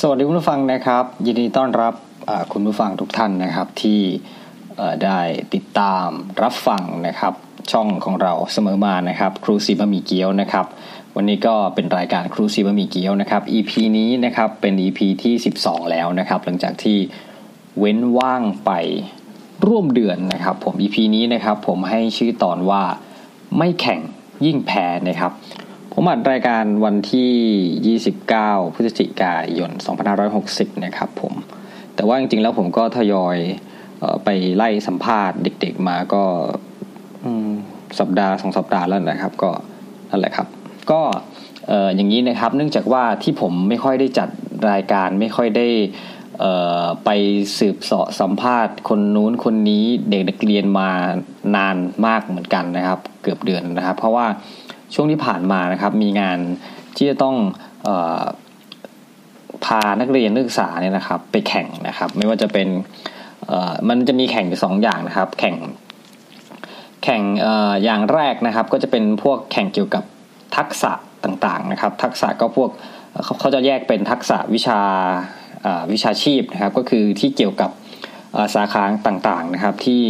สวัสดีคุณผู้ฟังนะครับ ยินดีต้อนรับอ่าคุณผู้ฟังทุกท่านนะครับที่เอ่อได้ติดตามรับฟังนะครับ ช่องของเราเสมอมานะครับครูซีบะหมี่เกี๊ยวนะครับ วันนี้ก็เป็นรายการครูซีบะหมี่เกี๊ยวนะครับ EP นี้นะครับเป็น EP ที่ 12 แล้วนะครับ หลังจากที่เว้นว่างไปร่วมเดือนนะครับ ผม EP นี้นะครับ ผมให้ชื่อตอนว่าไม่แข่งยิ่งแพ้นะครับ ผมอัดรายการวันที่ 29 พฤศจิกายน 2560 นะครับผม แต่ว่าจริงๆ แล้วผมก็ทยอยเออไปไล่สัมภาษณ์เด็กๆมาก็อืมสัปดาห์สองสัปดาห์แล้วนะครับ ก็นั่นแหละครับ ก็เอ่ออย่างนี้นะครับ เนื่องจากว่าที่ผมไม่ค่อยได้จัดรายการไม่ค่อยได้เอ่อไปสืบเสาะสัมภาษณ์ คนนู้นคนนี้เด็กนักเรียนมานานมากเหมือนกันนะครับ เกือบเดือนนะครับ เพราะว่า ช่วงที่ผ่านมานะครับมีงานที่จะต้องเออพานักเรียนนักศึกษาเนี่ยนะครับ ไปแข่งนะครับ ไม่ว่าจะเป็นเอ่อมันจะมีแข่งอยู่สองอย่างนะครับ แข่งแข่งเอออย่างแรกนะครับ ก็จะเป็นพวกแข่งเกี่ยวกับทักษะต่างๆนะครับ ทักษะก็พวกเอ่อเขาเขาจะแยกเป็นทักษะวิชาเอ่อวิชาชีพนะครับ ก็คือที่เกี่ยวกับ เอ่อสาขาต่างๆนะครับที่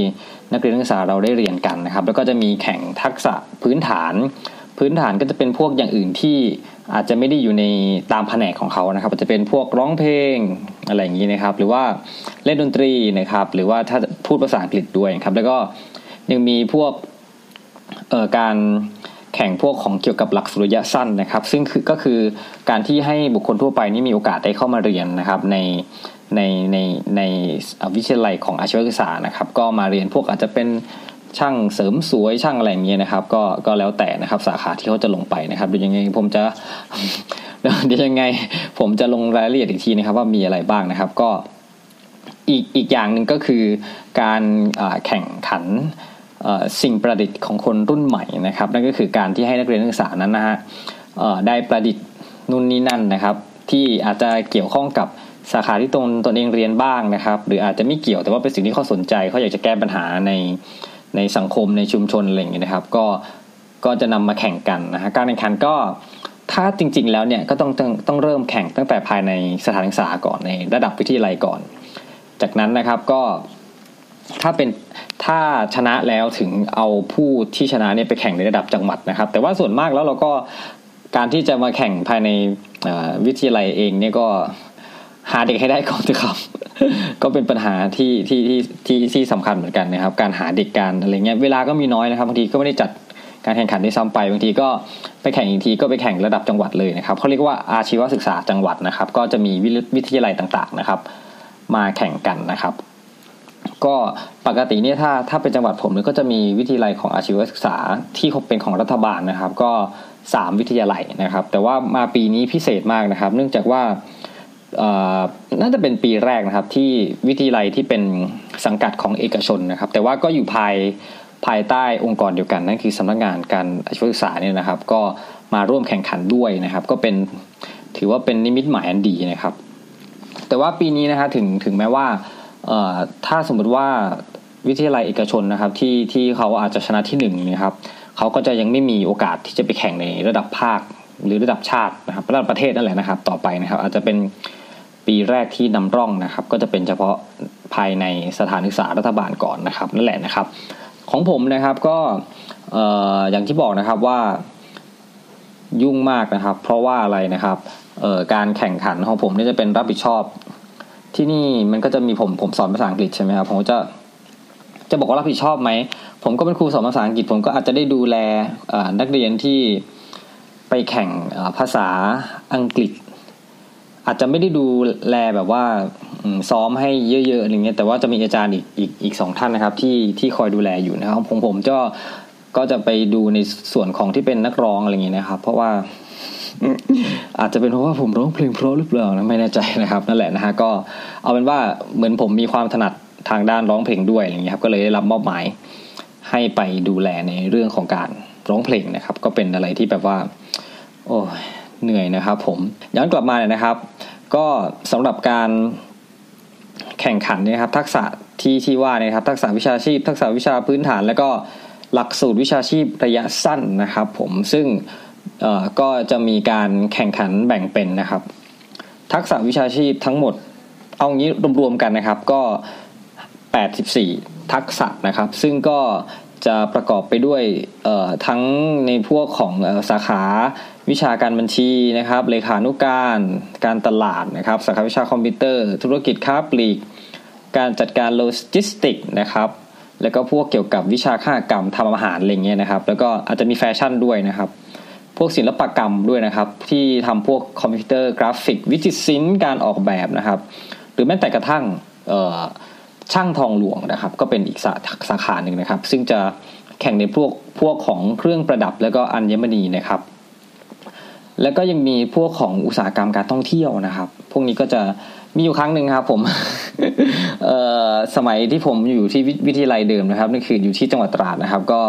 นักเรียนนักศึกษาเราได้เรียนกันนะครับ แล้วก็จะมีแข่งทักษะพื้นฐาน พื้นฐานก็จะเป็นพวกอย่างอื่นที่อาจจะไม่ได้อยู่ในตามแผนกของเขานะครับอาจจะเป็นพวกร้องเพลงอะไรอย่างนี้นะครับ หรือว่าเล่นดนตรีนะครับ หรือว่าถ้าพูดภาษาอังกฤษด้วยนะครับ แล้วก็ยังมีพวก เอ่อการแข่งพวกของเกี่ยวกับหลักสูตรระยะสั้นนะครับ ซึ่งคือก็คือการที่ให้บุคคลทั่วไปนี่มีโอกาสได้เข้ามาเรียนนะครับ ในในในในเอ่อวิทยาลัยของอาชีวศึกษานะครับ ก็มาเรียนพวกอาจจะเป็นช่างเสริมสวยช่างอะไรอย่างเงี้ยนะครับ ก็ก็แล้วแต่นะครับสาขาที่เขาจะลงไปนะครับเดี๋ยวยังไงผมจะ เดี๋ยวยังไง ผมจะลงรายละเอียดอีกทีนะครับ ว่ามีอะไรบ้างนะครับก็ อีกอีกอย่างหนึ่งก็คือการอ่าแข่งขันเอ่อสิ่งประดิษฐ์ของคนรุ่นใหม่นะครับ นั่นก็คือการที่ให้นักเรียนนักศึกษานั้นนะฮะเอ่อได้ประดิษฐ์นู่นนี่นั่นนะครับ ที่อาจจะเกี่ยวข้องกับสาขาที่ตนตนเองเรียนบ้างนะครับ หรืออาจจะไม่เกี่ยวแต่ว่าเป็นสิ่งที่เขาสนใจเขาอยากจะแก้ปัญหาในในสังคมในชุมชนอะไรอย่างเงี้ยนะครับ ก็ก็จะนำมาแข่งกันนะฮะการแข่งขันก็ ถ้าจริง ๆ แล้วเนี่ยก็ต้องต้องต้องเริ่มแข่งตั้งแต่ภายในสถานศึกษาก่อนในระดับวิทยาลัยก่อน จากนั้นนะครับก็ถ้าเป็นถ้าชนะแล้วถึงเอาผู้ที่ชนะเนี่ยไปแข่งในระดับจังหวัดนะครับ แต่ว่าส่วนมากแล้วเราก็การที่จะมาแข่งภายในเอ่อวิทยาลัยเองเนี่ยก็หาเด็กให้ได้ก่อนเถอะครับ ก็เป็นปัญหาที่ที่ที่ที่ที่สำคัญเหมือนกันนะครับ การหาเด็กการอะไรเงี้ยเวลาก็มีน้อยนะครับบางทีก็ไม่ได้จัดการแข่งขันได้วยซ้ำไปบางทีก็ไปแข่งอีกทีก็ไปแข่งระดับจังหวัดเลยนะครับเขาเรียกว่าอาชีวศึกษาจังหวัดนะครับ ก็จะมีวิวิทยาลัยต่าง ๆ นะครับ มาแข่งกันนะครับ ก็ปกติเนี่ยถ้าถ้าเป็นจังหวัดผมเนี่ยก็จะมีวิทยาลัยของอาชีวศึกษาที่เป็นของรัฐบาลนะครับ ก็ 3 วิทยาลัยนะครับ แต่ว่ามาปีนี้พิเศษมากนะครับ เนื่องจากว่าเอ่อน่าจะเป็นปีแรกนะครับ ที่วิทยาลัยที่เป็นสังกัดของเอกชนนะครับ แต่ว่าก็อยู่ภายภายใต้องค์กรเดียวกันนั่นคือสำนักงานการอาชีวศึกษาเนี่ยนะครับ ก็มาร่วมแข่งขันด้วยนะครับ ก็เป็นถือว่าเป็นนิมิตหมายอันดีนะครับ แต่ว่าปีนี้นะฮะถึงถึงแม้ว่าเอ่อถ้าสมมุติว่าวิทยาลัยเอกชนนะครับที่ที่เขาอาจจะชนะที่หนึ่งนะครับเขาก็จะยังไม่มีโอกาสที่จะไปแข่งในระดับภาคหรือระดับชาตินะครับระดับประเทศนั่นแหละนะครับ ต่อไปนะครับ อาจจะเป็นปีแรกที่นำร่องนะครับ ก็จะเป็นเฉพาะภายในสถานศึกษารัฐบาลก่อนนะครับนั่นแหละนะครับ ของผมนะครับก็เอ่ออย่างที่บอกนะครับว่า ยุ่งมากนะครับ เพราะว่าอะไรนะครับเอ่อการแข่งขันของผมเนี่ยจะเป็นรับผิดชอบ ที่นี่มันก็จะมีผมผมสอนภาษาอังกฤษใช่ไหมครับผมก็จะจะบอกว่ารับผิดชอบไหมผมก็เป็นครูสอนภาษาอังกฤษ ผมก็อาจจะได้ดูแลเอ่อนักเรียนที่ไปแข่งเอ่อภาษาอังกฤษ อาจจะไม่ได้ดูแลแบบว่าอืมซ้อมให้เยอะๆอะไรเงี้ยแต่ว่าจะมีอาจารย์อีกอีกอีกสองท่านนะครับ ที่ที่คอยดูแลอยู่นะครับผมผมก็ก็จะไปดูในส่วนของที่เป็นนักร้องอะไรเงี้ยนะครับ เพราะว่า อาจจะเป็นเพราะว่าผมร้องเพลงเพราะหรือเปล่านะไม่แน่ใจนะครับนั่นแหละนะฮะก็เอาเป็นว่าเหมือนผมมีความถนัดทางด้านร้องเพลงด้วยอะไรอย่างเงี้ยครับก็เลยได้รับมอบหมายให้ไปดูแลในเรื่องของการร้องเพลงนะครับ ก็เป็นอะไรที่แบบว่า โอ้ยเหนื่อยนะครับ ผมย้อนกลับมาเนี่ยนะครับ ก็สำหรับการแข่งขันเนี่ยนะครับทักษะที่ที่ว่าเนี่ยครับทักษะวิชาชีพ ทักษะวิชาพื้นฐาน แล้วก็หลักสูตรวิชาชีพระยะสั้นนะครับ ผมซึ่ง เอ่อก็จะมีการแข่งขันแบ่งเป็นนะครับ ทักษะวิชาชีพทั้งหมด เอางี้รวมๆกันนะครับก็ 84 ทักษะนะครับ ซึ่งก็จะประกอบไปด้วยเอ่อทั้งในพวกของเอ่อสาขาวิชาการบัญชีนะครับเลขานุการการตลาดนะครับ สาขาวิชาคอมพิวเตอร์ ธุรกิจค้าปลีก การจัดการโลจิสติกส์นะครับ แล้วก็พวกเกี่ยวกับวิชาข้ากรรมทำอาหารอะไรเงี้ยนะครับ แล้วก็อาจจะมีแฟชั่นด้วยนะครับ พวกศิลปกรรมด้วยนะครับ ที่ทำพวกคอมพิวเตอร์กราฟิก วิจิตรศิลป์การออกแบบนะครับ หรือแม้แต่กระทั่งเอ่อช่างทองหลวงนะครับ ก็เป็นอีกสาสาขาหนึ่งนะครับ ซึ่งจะแข่งในพวกพวกของเครื่องประดับแล้วก็อัญมณีนะครับ แล้วก็ยังมีพวกของอุตสาหกรรมการท่องเที่ยวนะครับ พวกนี้ก็จะมีอยู่ครั้งหนึ่งครับผม เอ่อสมัยที่ผมอยู่ที่วิวิทยาลัยเดิมนะครับนั่นคืออยู่ที่จังหวัดตราดนะครับ ก็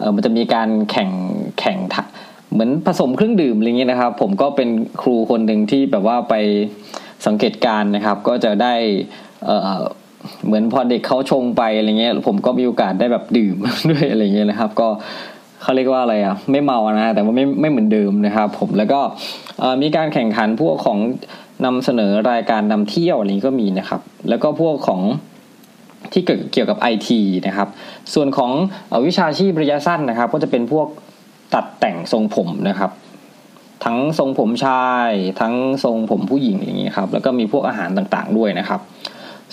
เอ่อมันจะมีการแข่งแข่งทะเหมือนผสมเครื่องดื่มอะไรเงี้ยนะครับ ผมก็เป็นครูคนหนึ่งที่แบบว่าไปสังเกตการณ์นะครับ ก็จะได้เอ่อ เหมือนพอเด็กเขาชงไปอะไรเงี้ยผมก็มีโอกาสได้แบบดื่ม ด้วยอะไรเงี้ยนะครับ ก็เขาเรียกว่าอะไรอ่ะไม่เมานะฮะแต่ว่าไม่ไม่เหมือนเดิมนะครับ ผมแล้วก็เอ่อมีการแข่งขันพวกของนำเสนอรายการนำเที่ยวอะไรนี้ก็มีนะครับ แล้วก็พวกของที่เกี่ยวเกี่ยวกับไอทีนะครับ ส่วนของเอ่อวิชาชีพระยะสั้นนะครับ ก็จะเป็นพวกตัดแต่งทรงผมนะครับ ทั้งทรงผมชาย ทั้งทรงผมผู้หญิงอย่างเงี้ยครับแล้วก็มีพวกอาหารต่างๆด้วยนะครับ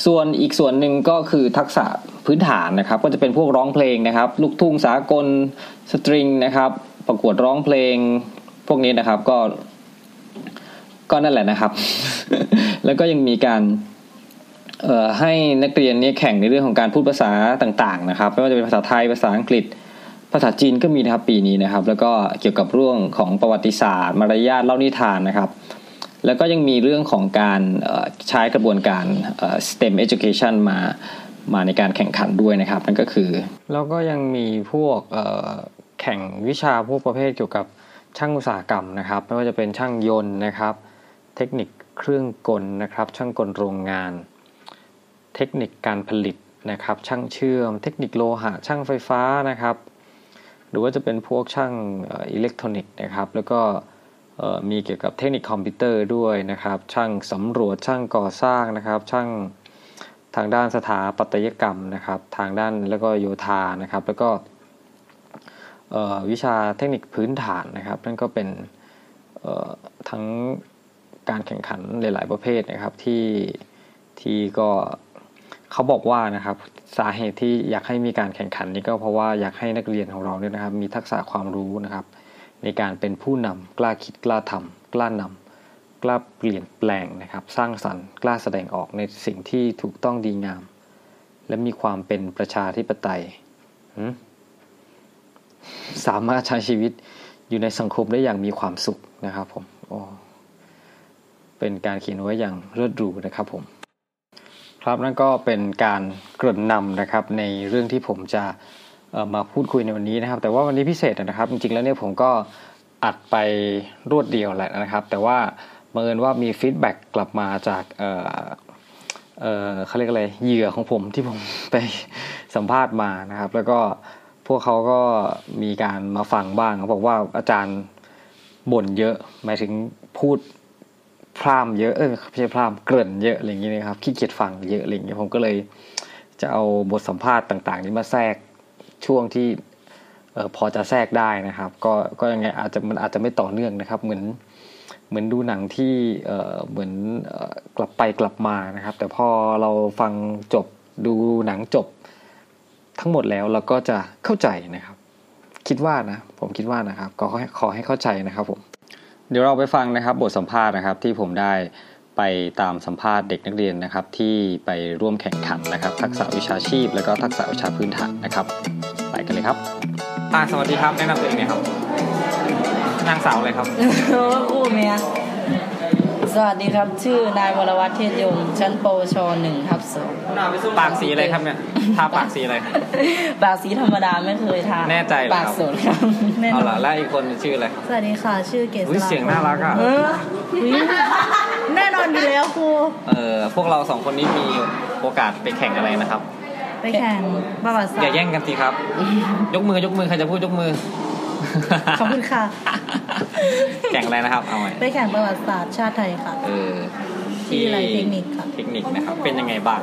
ส่วนอีกส่วนหนึ่งก็คือทักษะพื้นฐานนะครับ ก็จะเป็นพวกร้องเพลงนะครับ ลูกทุ่งสากลสตริงนะครับ ประกวดร้องเพลง พวกนี้นะครับก็ ก็นั่นแหละนะครับ แล้วก็ยังมีการเอ่อให้นักเรียนเนี่ยแข่งในเรื่องของการพูดภาษาต่าง ๆ นะครับ ไม่ว่าจะเป็นภาษาไทยภาษาอังกฤษ ภาษาจีนก็มีนะครับปีนี้นะครับ แล้วก็เกี่ยวกับเรื่องของประวัติศาสตร์ มารยาทเล่านิทานนะครับ แล้วก็ยังมีเรื่องของการเอ่อใช้กระบวนการเอ่อ STEM education มามาในการแข่งขันด้วยนะครับ นั่นก็คือ แล้วก็ยังมีพวกเอ่อแข่งวิชาพวกประเภทเกี่ยวกับช่างอุตสาหกรรมนะครับ ไม่ว่าจะเป็นช่างยนต์นะครับ เทคนิคเครื่องกลนะครับ ช่างกลโรงงาน เทคนิคการผลิตนะครับ ช่างเชื่อม เทคนิคโลหะ ช่างไฟฟ้านะครับ หรือว่าจะเป็นพวกช่างเอ่ออิเล็กทรอนิกส์นะครับ แล้วก็ เอ่อมีเกี่ยวกับเทคนิคคอมพิวเตอร์ด้วยนะครับ ช่างสำรวจช่างก่อสร้างนะครับ ช่างทางด้านสถาปัตยกรรมนะครับ ทางด้านแล้วก็โยธานะครับ แล้วก็เอ่อวิชาเทคนิคพื้นฐานนะครับ นั่นก็เป็นเอ่อทั้งการแข่งขันหลาย ๆ ประเภทนะครับที่ที่ก็เขาบอกว่านะครับสาเหตุที่อยากให้มีการแข่งขันนี้ก็เพราะว่าอยากให้นักเรียนของเราเนี่ยนะครับ มีทักษะความรู้นะครับ ในการเป็นผู้นำกล้าคิดกล้าทำกล้านำกล้าเปลี่ยนแปลงนะครับ สร้างสรรค์กล้าแสดงออกในสิ่งที่ถูกต้องดีงาม และมีความเป็นประชาธิปไตยหืมสามารถใช้ชีวิตอยู่ในสังคมได้อย่างมีความสุขนะครับผมโอ้เป็นการเขียนไว้อย่างเลิศหรูนะครับผม ครับนั่นก็เป็นการเกริ่นนำนะครับในเรื่องที่ผมจะเอ่อมาพูดคุยในวันนี้นะครับ แต่ว่าวันนี้พิเศษนะครับ จริงๆแล้วเนี่ยผมก็อัดไปรวดเดียวแหละนะครับ แต่ว่าบังเอิญว่ามีฟีดแบ็กกลับมาจากเอ่อเอ่อเขาเรียกอะไรเหยื่อของผมที่ผม ไปสัมภาษณ์มานะครับ แล้วก็พวกเขาก็มีการมาฟังบ้างเขาบอกว่าอาจารย์บ่นเยอะหมายถึงพูด พร่ำเยอะเออไม่ใช่พร่ำเกริ่นเยอะอะไรอย่างเงี้ยนะครับขี้เกียจฟังเยอะอะไรอย่างเงี้ยผมก็เลยจะเอาบทสัมภาษณ์ต่าง ๆ นี้มาแทรกช่วงที่เออพอจะแทรกได้นะครับ ก็ก็ยังไงอาจจะมันอาจจะไม่ต่อเนื่องนะครับ เหมือนเหมือนดูหนังที่เออเหมือนเอ่อกลับไปกลับมานะครับ แต่พอเราฟังจบดูหนังจบ ทั้งหมดแล้วเราก็จะเข้าใจนะครับ คิดว่านะ ผมคิดว่านะครับ ก็ขอให้ขอให้เข้าใจนะครับผม เดี๋ยวเราไปฟังนะครับบทสัมภาษณ์นะครับที่ผมได้ไปตามสัมภาษณ์เด็กนักเรียนนะครับ ที่ไปร่วมแข่งขันนะครับ ทักษะวิชาชีพ และก็ทักษะวิชาพื้นฐานนะครับ ไปกันเลยครับอ่าสวัสดีครับแนะนำตัวเองหน่อยครับนางสาวอะไรครับ อู้เมียสวัสดีครับ ชื่อนายวรวัฒน์เทศยง ชั้นปวชหนึ่งทับสอง ปากสีอะไรครับเนี่ยทาปากสีอะไรครับ ปากสีธรรมดาไม่เคยทา แน่ใจเหรอครับ ปากสนครับแน่น เอา อน ล่ะแล้วอีกคนชื่ออะไร สวัสดีค่ะ ชื่อเกศ อุ้ยเสียงน่ารักอ่ะ เออ อุ๊ยแน่นอนอยู่แล้วครู เออพวกเราสองคนนี้มีโอกาสไปแข่งอะไรนะครับ ไปแข่งประวัติศาสต อย่า ร์ แย่งกันสิครับ ยกมือยกมือใครจะพูดยกมือ ขอบคุณค่ะ แข่งอะไรนะครับ เอาไว้ ไปแข่งประวัติศาสตร์ชาติไทยค่ะ เออ วิทยาลัยเทคนิคค่ะ เทคนิคนะครับ เป็นยังไงบ้าง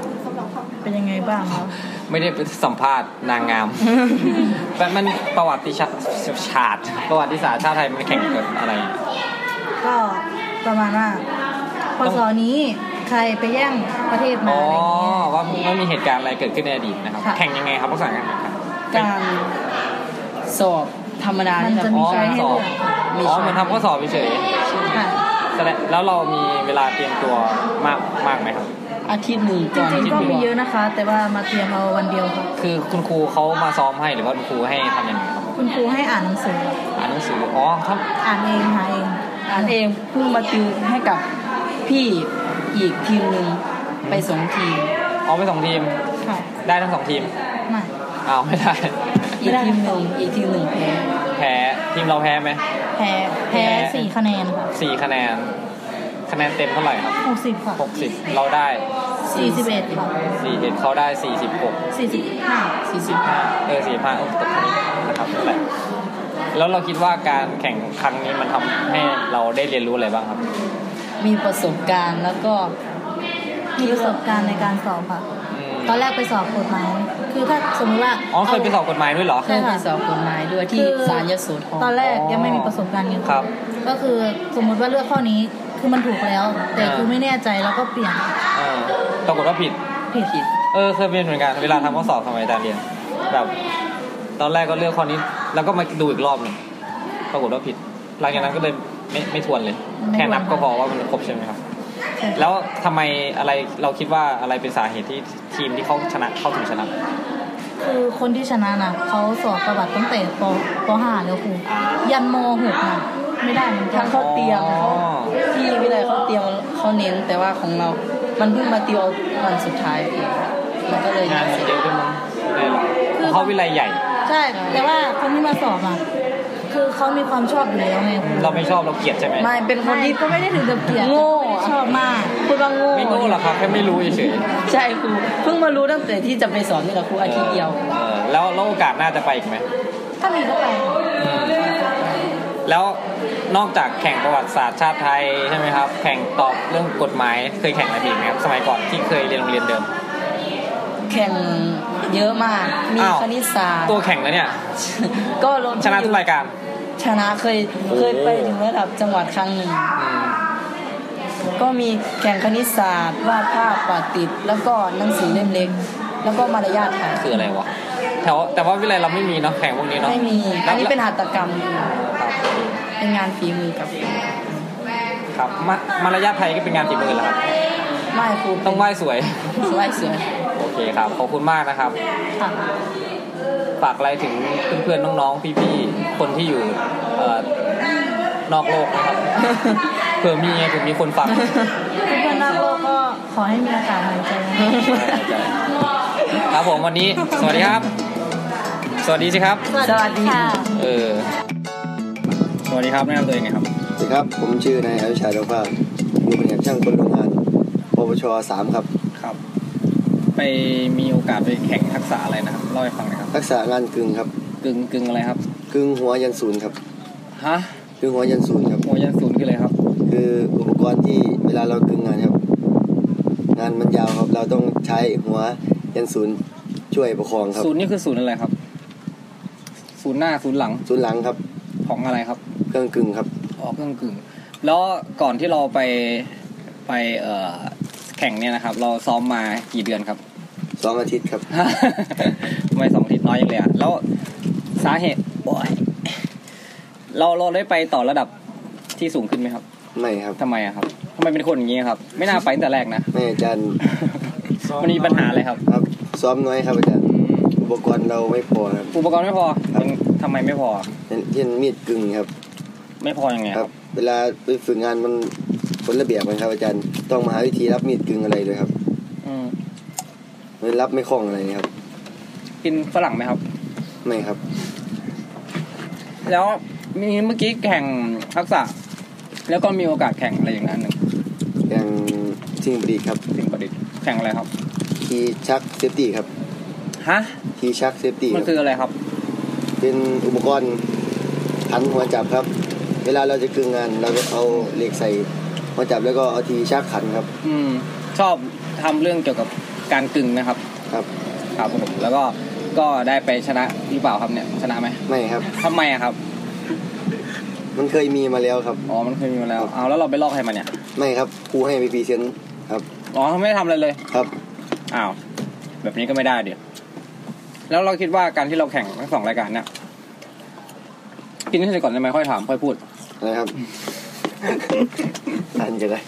เป็นยังไงบ้างคะ ไม่ได้ไปสัมภาษณ์นางงาม แต่มันประวัติศาสตร์ชาติประวัติศาสตร์ชาติไทยมันแข่งกับอะไร ก็ประมาณว่าพศนี้ใครไปแย่งประเทศมา อ๋อ อะไรอย่างเงี้ย ว่ามันมีเหตุการณ์อะไรเกิดขึ้นในอดีตนะครับ ค่ะ แข่งยังไงครับภาษาการแข่งขัน การสอบธรรมดา มัน นี่แหละ จะ อ๋ มี อ ช้อยมัน ให้ สอบ เลือก มี อ๋อ ช้ย มันทำข้อสอบเฉย ค่ะ ๆแสดงแล้วเรามีเวลาเตรียมตัวมากมากไหมครับ อาทิตย์หนึ่ง จ ก่อน ริง ที่ ๆก็มีเย จะ อะนะคะ แต่ว่ามาเตรียมเอาวันเดียวค่ะ คือคุณครูเขามาซ้อมให้หรือว่าคุณครูให้ทำยังไงครับ คุณครูให้อ่านหนังสือ อ่านหนังสืออ๋อถ้า อ่านเองหาเอง อ่านเองเพิ่งมาติวให้กับพี่อีกทีมหนึ่งไปสองทีม เอาไปสองทีม ค่ะ ได้ทั้งสองทีม ไม่ อ้าวไม่ได้ อีกทีมหนึ่งอีกทีมหนึ่งแพ้ แพ้ทีมเราแพ้ไหม แพ้แพ้สี่คะแนนค่ะ สี่คะแนน คะแนนเต็มเท่าไหร่ครับ หกสิบค่ะ หกสิบเราได้ สี่สิบเอ็ดค่ะ สี่เอ็ดเขาได้สี่สิบหก สี่สิบห้า สี่สิบ ห้าเออสี่ห้าเออตกคะแนนนะครับนั่นแหละแล้วเราคิดว่าการแข่งครั้งนี้มันทำให้เราได้เรียนรู้อะไรบ้างครับ มีประสบการณ์แล้วก็ มีประสบการณ์ในการสอบค่ะ อืม ตอนแรกไปสอบกฎหมาย คือถ้าสมมติว่า อ๋อเคยไปสอบกฎหมายด้วยเหรอ เคยไปสอบกฎหมายด้วยที่ คือ ศาลยโสธร ตอนแรกยังไม่มีประสบการณ์ไง ครับ ก็คือสมมติว่าเลือกข้อนี้คือมันถูกแล้ว แต่ อ่า คือไม่แน่ใจแล้วก็เปลี่ยน เออปรากฏว่าผิด ผิด ผิด เออเคยเป็นเหมือนกันเวลาทำข้อสอบสมัยตารเรียน แบบ ตอนแรกก็เลือกข้อนี้ แล้วก็มาดูอีกรอบหนึ่งปรากฏว่าผิด หลังจากนั้นก็เลยไม่ไม่ทวนเลย แค่นับก็พอว่ามันครบใช่ไหมครับ แล้วทำไมอะไรเราคิดว่าอะไรเป็นสาเหตุที่ทีมที่เขาชนะเข้าถึงชนะ คือคนที่ชนะน่ะเขาสอบประวัติตั้งแต่ปป .5 แล้วครู อ่า ยันม .6 น่ะไม่ได้เหมือนกั ทาน งเขาเตรียม อ๋อ เขาที่วิเลยเขาเตรียมเขาเน้นแต่ว่าของเรา มันเพิ่งมาติววันสุดท้ายเองมันก็เลย งานมันเยอะขึ้นมั้งได้หรอของเขาวิไลใหญ่ ใช่แต่ว่าคนที่มาสอบอ่ะคือเขามีความชอบอยู่แล้วไงครู เราไม่ชอบเราเกลียดใช่ไหม ไม่เป็นคนที่ ก็ไม่ได้ถึงกับเกลียด โง่อะ ชอบมาก พูดว่าโง่ ไม่โง่หรอกครับแค่ไม่รู้เฉย ใช่ครูเพิ่งมารู้ตั้งแต่ที่จะไปสอนนี่แหละครู ๆ อาทิตย์เดียว ออแล้วแล้วโอกาสหน้าจะไปอีกไหม ถ้ามีก็ไป แล้วนอกจากแข่งประวัติศาสตร์ชาติไทยใช่ไหมครับ แข่งตอบเรื่องกฎหมายเคยแข่งอะไรอีกไหมครับ สมัยก่อนที่เคยเรียนโรงเรียนเดิม แข่งเยอะมากมี อ้าว คณิตศาสตร์ ตัวแข่งแล้วเนี่ย ก็ลง ชนะทุกรายการ ชนะเคย โอ้ เคยไปถึงระดับจังหวัดครั้งหนึ่ง อืม ก็มีแข่งคณิตศาสตร์วาดภาพปาติด แล้วก็หนังสือเล่มเล็ก แล้วก็มารยาทไทย คืออะไรวะแถวแต่ว่าวิเลยเราไม่มีเนาะแข่งพวกนี้เนาะ ไม่มี อันนี้เป็น ครับ หัตถกรรม เป็นงานฝีมือกับ ครับมามารยาทไทยก็เป็นงานฝีมือแล้วครับ ไม่ครู ต้องไหว้สวย ไหว้สวย โอเคครับ ขอบคุณมากนะครับ ค่ะ ฝากอะไรถึงเพื่อนๆน้องๆพี่ๆคนที่อยู่เอ่อนอกโลกนะครับ เผื่อมีไงเผื่อมีคนฟัง เพื่อนๆรักโลกก็ขอให้มีอากาศหายใจนะคะ ครับผมวันนี้ สวัสดีครับ สวัสดีสิครับ สวัสดี เออ สวัสดีครับแนะนำตัวเองหน่อยครับ สวัสดีครับ ผมชื่อนายอวิชาดวงภาพอยู่เป็นอย่างช่างคนโรงงาน ปวชสามครับ ครับ ไปมีโอกาสไปแข่งทักษะอะไรนะครับเล่าให้ฟังหน่อยครับ ทักษะงานกึ่งครับ กึ่งกึ่งอะไรครับ กึ่งหัวยันศูนย์ครับ ฮะ กึ่งหัวยันศูนย์ครับ โมยันศูนย์คืออะไรครับ คืออุปกรณ์ที่เวลาเรากึ่งงานครับ งานมันยาวครับ เราต้องใช้หัวยันศูนย์ช่วยประคองครับ ศูนย์นี่คือศูนย์อะไรครับ ศูนย์หน้าศูนย์หลัง ศูนย์หลังครับ ของอะไรครับ เครื่องกึ่งครับ ออกเครื่องกึ่งแล้วก่อนที่เราไปไปเอ่อแข่งเนี่ยนะครับ เราซ้อมมากี่เดือนครับ สองอาทิตย์ครับ ทำ ไมสองอาทิศน้อยยังเลยอ่ะ แล้วสาเหตุโอ้ยเราเราได้ไปต่อระดับที่สูงขึ้นไหมครับ ไม่ครับ ทำไมอะครับทำไมเป็นคนอย่างนี้ครับ ไม่น่าไปตั้งแต่แรกนะ ไม่อาจารย์ มันมีปัญหาอะไรครับ ครับ ซ้อมน้อยครับอาจารย์ อุปกรณ์เราไม่พอครับ อุปกรณ์ไม่พอ ครับ มันทำไมไม่พอ อย่างเช่นมีดกึ่งครับ ไม่พอยังไง ค ค รั รั บบ เวลาไปฝึกงานมันคนระเบียบมันครับอาจารย์ต้องมาหาวิธีรับมีดกึ่งอะไรด้วยครับ อืม มันรับไม่คล่องอะไรนะครับ กินฝรั่งไหมครับ ไม่ครับ แล้วมีเมื่อกี้แข่งทักษะ แล้วก็มีโอกาสแข่งอะไรอย่างนั้นหนึ่ง อย่างทิ้งบรีครับ สิ่งประดิษฐ์แข่งอะไรครับ ทีชักเซฟตี้ครับ ฮะ ทีชักเซฟตี้ มันคืออะไรครับ เป็นอุปกรณ์หันหัวจับครับ เวลาเราจะกึ่งงานเราจะเอาเหล็กใส่ มาจับแล้วก็เอาทีวีชักขันครับ อืมชอบทำเรื่องเกี่ยวกับการกึ่งนะครับ ครับ ครับผมแล้วก็ก็ได้ไปชนะหรือเปล่าครับเนี่ยชนะไหม ไม่ครับ ทำไมอะครับ มันเคยมีมาแล้วครับ อ๋อมันเคยมีมาแล้วเอาแล้วเราไปลอกใครมาเนี่ย ไม่ครับครูให้ไปพรีเซนต์ครับ อ๋อเขาไม่ได้ทำอะไรเลย ครับ อ้าวแบบนี้ก็ไม่ได้เดี๋ยวแล้วเราคิดว่าการที่เราแข่งทั้งสองรายการเนี่ยกินให้เสร็จก่อนได้ไหมค่อยถามค่อยพูด อะไร ครับ อันจะได้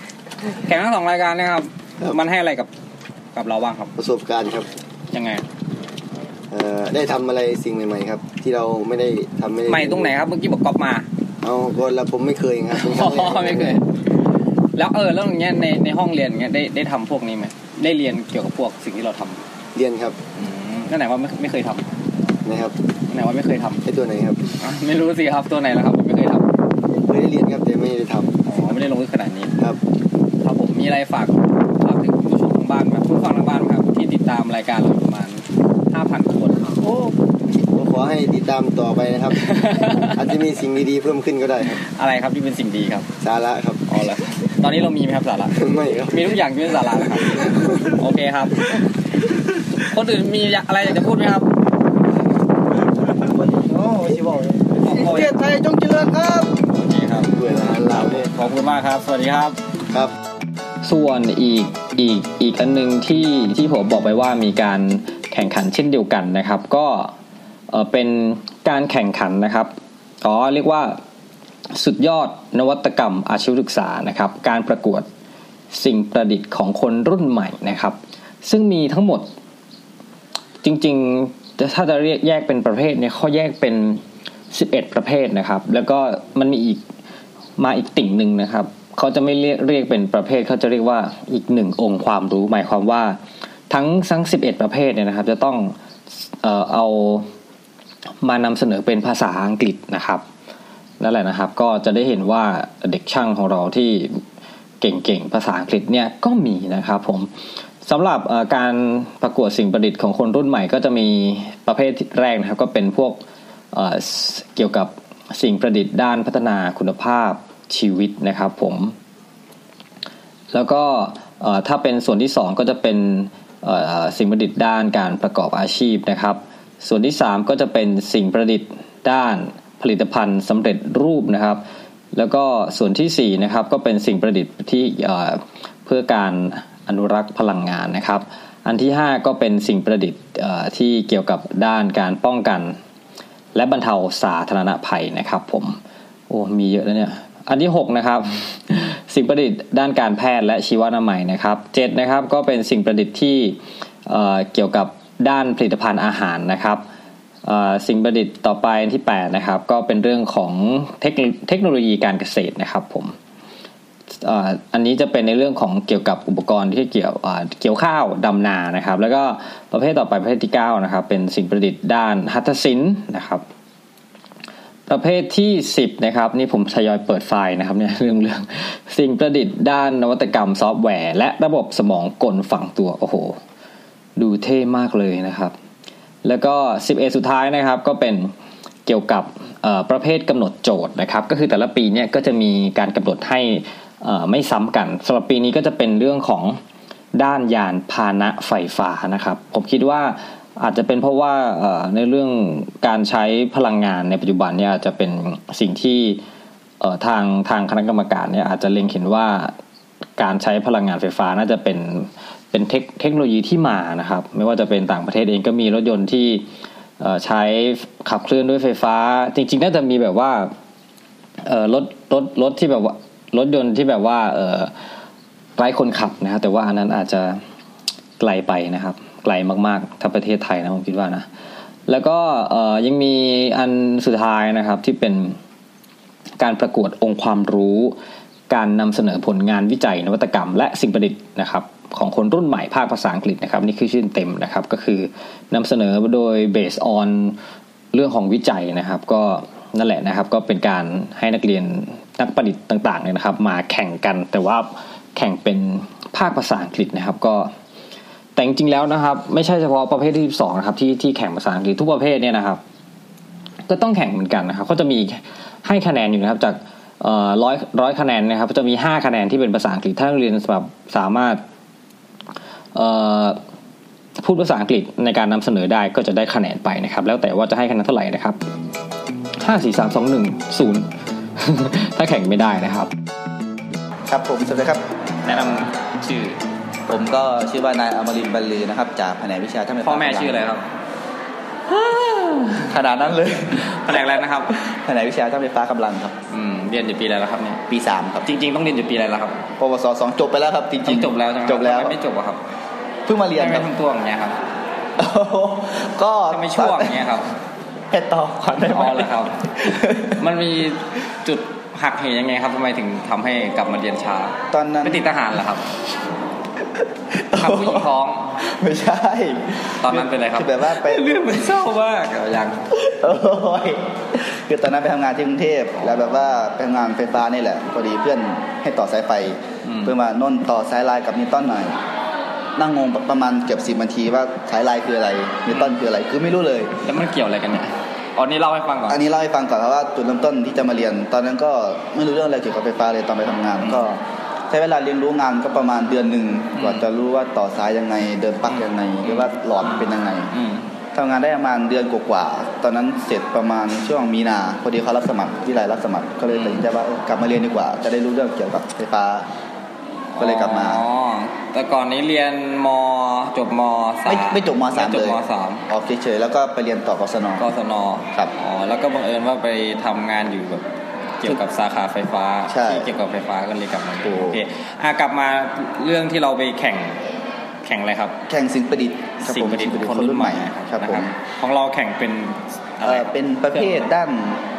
แข่งทั้งสองรายการเนะครับ ครับ มันให้อะไรกับกับเราบ้างครับ ประสบการณ์ครับ ยังไง เอ่อได้ทำอะไรสิ่งใหม่ ๆ ครับ ที่เราไม่ได้ทำไม่ได้ ใหม่ตรงไหนครับเมื่อกี้บอกก๊อปมา เอาก็เราผมไม่เคยครับ อ๋อไม่เคยแล้วเออแล้วอย่างเงี้ยในในห้องเรียนอย่างเงี้ยได้ได้ทำพวกนี้ไหมได้เรียนเกี่ยวกับพวกสิ่งที่เราทำ เรียนครับ นั่นไหนว่าไม่ไม่เคยท นะครับ ำนั่นไหนว่าไม่เคยท ไอตัวไหนครับ ำอ่ะไม่รู้สิครับตัวไหนแล้วครับผมไม่เคยทำ เคยได้เรียนครับแต่ไม่ได้ทำ อ๋อไม่ได้ลงลึกขนาดนี้ ครับ ครับผมมีอะไรฝากฝากถึงผู้ชมทางบ้านไหมผู้ฟังทางบ้านไหมครับ ที่ติดตามรายการเราประมาณ5,000คน โอ้ผมขอให้ติดตามต่อไป นะครับ อาจจะมีสิ่งดีๆเพิ่มขึ้นก็ได้ครับ อะไรครับที่เป็นสิ่งดีครับ สาระครับ อ๋อเหรอตอนนี้เรามีไหมครับสาระ ไม่ครับ มีทุกอย่างที่เป็นสาระนะครับ โอเคครับ คนอื่นมีอะไรอยากจะพูดไหมครับ โอ้ชิบอก ขอบคุณ เทียไทยจงเจริญครับ โอเคครับ เวลาลาวเนี่ย ขอบคุณมากครับ สวัสดีครับ ครับ ส่วนอีกอีกอีกอันหนึ่งที่ที่ผมบอกไปว่ามีการแข่งขันเช่นเดียวกันนะครับ ก็เอ่อเป็นการแข่งขันนะครับอ๋อเรียกว่าสุดยอดนวัตกรรมอาชีวศึกษานะครับ การประกวดสิ่งประดิษฐ์ของคนรุ่นใหม่นะครับ ซึ่งมีทั้งหมดจริงๆ ถ้าจะเรียกแยกเป็นประเภทเนี่ยเขาแยกเป็น 11 ประเภทนะครับ แล้วก็มันมีอีก มาอีกติ่งหนึ่งนะครับ เขาจะไม่เรียกเรียกเป็นประเภท เขาจะเรียกว่าอีกหนึ่งองค์ความรู้ หมายความว่าทั้งทั้ง 11 ประเภทเนี่ยนะครับ จะต้องเอ่อเอามานำเสนอเป็นภาษาอังกฤษนะครับนั่นแหละนะครับ ก็จะได้เห็นว่าเด็กช่างของเราที่เก่งๆภาษาอังกฤษเนี่ยก็มีนะครับผมสำหรับเอ่อการประกวดสิ่งประดิษฐ์ของคนรุ่นใหม่ ก็จะมีประเภทแรกนะครับ ก็เป็นพวก เอ่อสเกี่ยวกับสิ่งประดิษฐ์ด้านพัฒนาคุณภาพชีวิตนะครับผม แล้วก็เอ่อถ้าเป็นส่วนที่ 2 ก็จะเป็นเอ่อสิ่งประดิษฐ์ด้านการประกอบอาชีพนะครับ ส่วนที่ 3 ก็จะเป็นสิ่งประดิษฐ์ด้านผลิตภัณฑ์สำเร็จรูปนะครับ แล้วก็ส่วนที่4นะครับก็เป็นสิ่งประดิษฐ์ที่เอ่อเพื่อการอนุรักษ์พลังงานนะครับ อันที่ 5 ก็เป็นสิ่งประดิษฐ์เอ่อที่เกี่ยวกับด้านการป้องกัน และบรรเทาสาธารณภัยนะครับผม โอ้ มีเยอะแล้วเนี่ย อันที่ 6 นะครับ สิ่งประดิษฐ์ด้านการแพทย์และชีวนามัยนะครับ7นะครับ ก็เป็นสิ่งประดิษฐ์ที่เอ่อเกี่ยวกับด้านผลิตภัณฑ์อาหารนะครับเอ่อสิ่งประดิษฐ์ต่อไปอันที่ 8 นะครับ ก็เป็นเรื่องของเทคโนเทคโนโลยีการเกษตรนะครับผม เอ่ออันนี้จะเป็นในเรื่องของเกี่ยวกับอุปกรณ์ที่เกี่ยวเอ่อเกี่ยวข้าวดำนานะครับ แล้วก็ประเภทต่อไปประเภทที่9นะครับเป็นสิ่งประดิษฐ์ด้านหัตถศิลป์นะครับ ประเภทที่ 10นะครับนี่ผมทยอยเปิดไฟล์นะครับเนี่ยเรื่องเรื่องสิ่งประดิษฐ์ด้านนวัตกรรมซอฟต์แวร์ และระบบสมองกลฝังตัวโอ้โห ดูเท่มากเลยนะครับ แล้วก็ 11 สุดท้ายนะครับก็เป็นเกี่ยวกับเอ่อประเภทกำหนดโจทย์นะครับ ก็คือแต่ละปีเนี่ยก็จะมีการกำหนดให้เอ่อไม่ซ้ำกันสำหรับปีนี้ก็จะเป็นเรื่องของด้านยานพาหนะไฟฟ้านะครับ ผมคิดว่าอาจจะเป็นเพราะว่าเอ่อในเรื่องการใช้พลังงานในปัจจุบันเนี่ยอาจจะเป็นสิ่งที่เอ่อทางทางคณะกรรมการเนี่ยอาจจะเล็งเห็นว่า การใช้พลังงานไฟฟ้าน่าจะเป็นเป็นเทคเทคโนโลยีที่มานะครับ ไม่ว่าจะเป็นต่างประเทศเองก็มีรถยนต์ที่เอ่อใช้ขับเคลื่อนด้วยไฟฟ้า จริง ๆ น่าจะมีแบบว่าเอ่อรถรถรถที่แบบว่ารถยนต์ที่แบบว่าเอ่อไร้คนขับนะครับแต่ว่าอันนั้นอาจจะไกลไปนะครับ ไกลมากๆถ้าประเทศไทยนะผมคิดว่านะ แล้วก็เอ่อยังมีอันสุดท้ายนะครับที่เป็น การประกวดองค์ความรู้ การนำเสนอผลงานวิจัยนวัตกรรม และสิ่งประดิษฐ์นะครับ ของคนรุ่นใหม่ภาคภาษาอังกฤษนะครับ นี่คือชื่อเต็มนะครับ ก็คือนำเสนอโดย based on เรื่องของวิจัยนะครับ ก็นั่นแหละนะครับ ก็เป็นการให้นักเรียนนักประดิษฐ์ต่างๆเนี่ยนะครับ มาแข่งกัน แต่ว่าแข่งเป็นภาคภาษาอังกฤษนะครับก็ แต่จริงๆแล้วนะครับ ไม่ใช่เฉพาะประเภทที่12นะครับที่ที่แข่งภาษาอังกฤษทุกประเภทเนี่ยนะครับ ก็ต้องแข่งเหมือนกันนะครับ ก็จะมีให้คะแนนอยู่นะครับจาก เอ่อร้อยร้อยคะแนนนะครับจะมีห้าคะแนนที่เป็นภาษาอังกฤษถ้านักเรียนแบบสามารถเอ่อพูดภาษาอังกฤษในการนำเสนอได้ก็จะได้คะแนนไปนะครับ แล้วแต่ว่าจะให้คะแนนเท่าไหร่นะครับห้าสี่สามสองหนึ่งศูนย์ ถ้าแข่งไม่ได้นะครับ ครับผมสวัสดีครับ แนะนำชื่อ ผมก็ชื่อว่านายอมรินทร์บรรลือนะครับ จากแผนกวิชาท่าน พ่อแม่ชื่ออะไรครับ ขนาดนั้นเลย แผนกอะไรนะครับ แผนกวิชาท่านไฟฟ้ากำลังครับ อืมเรียนอยู่ปีอะไรแล้วครับเนี่ย ปีสามครับ จริง ๆ ต้องเรียนอยู่ปีอะไรแล้วครับ ปวสสองจบไปแล้วครับ จ ต้ ริ อง ง ๆ จบแล้วใช่ไหม จบแล้ว ทำไมไม่จบอะครับ เพิ่งมาเรียน ทำ ค ไม่ รับ ทำตัวอย่างเงี้ย ครับ ก็ ทำไมช่วงอย่างเงี้ยครับ ให้ตอบก่อนได้ไหม อ๋อเหรอ ครับ มันมีจุดหักเหยังไงครับทำไมถึงทำให้กลับมาเรียนช้า ตอนนั้น ไม่ติดทหารเห รอครับทำผู้หญิงท้อง ไม่ใช่ ตอนนั้นเป็นอะไรครับ คือแบบว่าไป เรื่อง มันเศร้ามากอะอย่าง โอ้ยคือตอนนั้นไปทำงานที่กรุงเทพแล้วแบบว่าไปทำงานไฟฟ้านี่แหละพอดีเพื่อนให้ต่อสายไฟ อืม เพื่อนมาโน่นต่อสายไลน์กับนิวตันหน่อยนั่งงงประมาณเกือบสิบนาทีว่าสายไลน์คืออะไรนิวตันคืออะไรคือไม่รู้เลย แล้วมันเกี่ยวอะไรกันเนี่ยอ๋อนี่เล่าให้ฟังก่อน อันนี้เล่าให้ฟังก่อนครับว่าจุดเริ่มต้นที่จะมาเรียน ตอนนั้นก็ไม่รู้เรื่องอะไรเกี่ยวกับไฟฟ้าเลยตอนไปทำงาน อืม ก็ใช้เวลาเรียนรู้งานก็ประมาณเดือนหนึ่ง อืม กว่าจะรู้ว่าต่อสายยังไง เดินปลั๊กยังไง หรือว่าหลอดเป็นยังไง อืม ทำงานได้ประมาณเดือนกว่าๆ ตอนนั้นเสร็จประมาณช่วงมีนา พอดีเขารับสมัครวิไลรับสมัคร ก็เลย อืม ตัดสินใจว่าเออกลับมาเรียนดีกว่า จะได้รู้เรื่องเกี่ยวกับไฟฟ้า ก็เลยกลับมา อ๋อ แต่ก่อนนี้เรียนม จบมสาม ไม่ไม่จบมสาม ไจ เล บ ย มสาม ออกเฉยๆ แล้วก็ไปเรียนต่อกศน กศน ครับ อ๋อ แล้วก็บังเอิญว่าไปทำงานอยู่แบบเกี่ยวกับสาขาไฟฟ้า ใช่ ที่เกี่ยวกับไฟฟ้าก็เลยกลับมา ถูก โอเคอ่ะกลับมาเรื่องที่เราไปแข่งแข่งอะไรครับ แข่งสิ่งประดิษฐ์ครับ สิ่ง ผม ประดิษฐ์คนรุ่นใหม่นะค ครั รับบ ผม ของเราแข่งเป็นอะ เอ่ ไร อเป็นประเภทด้าน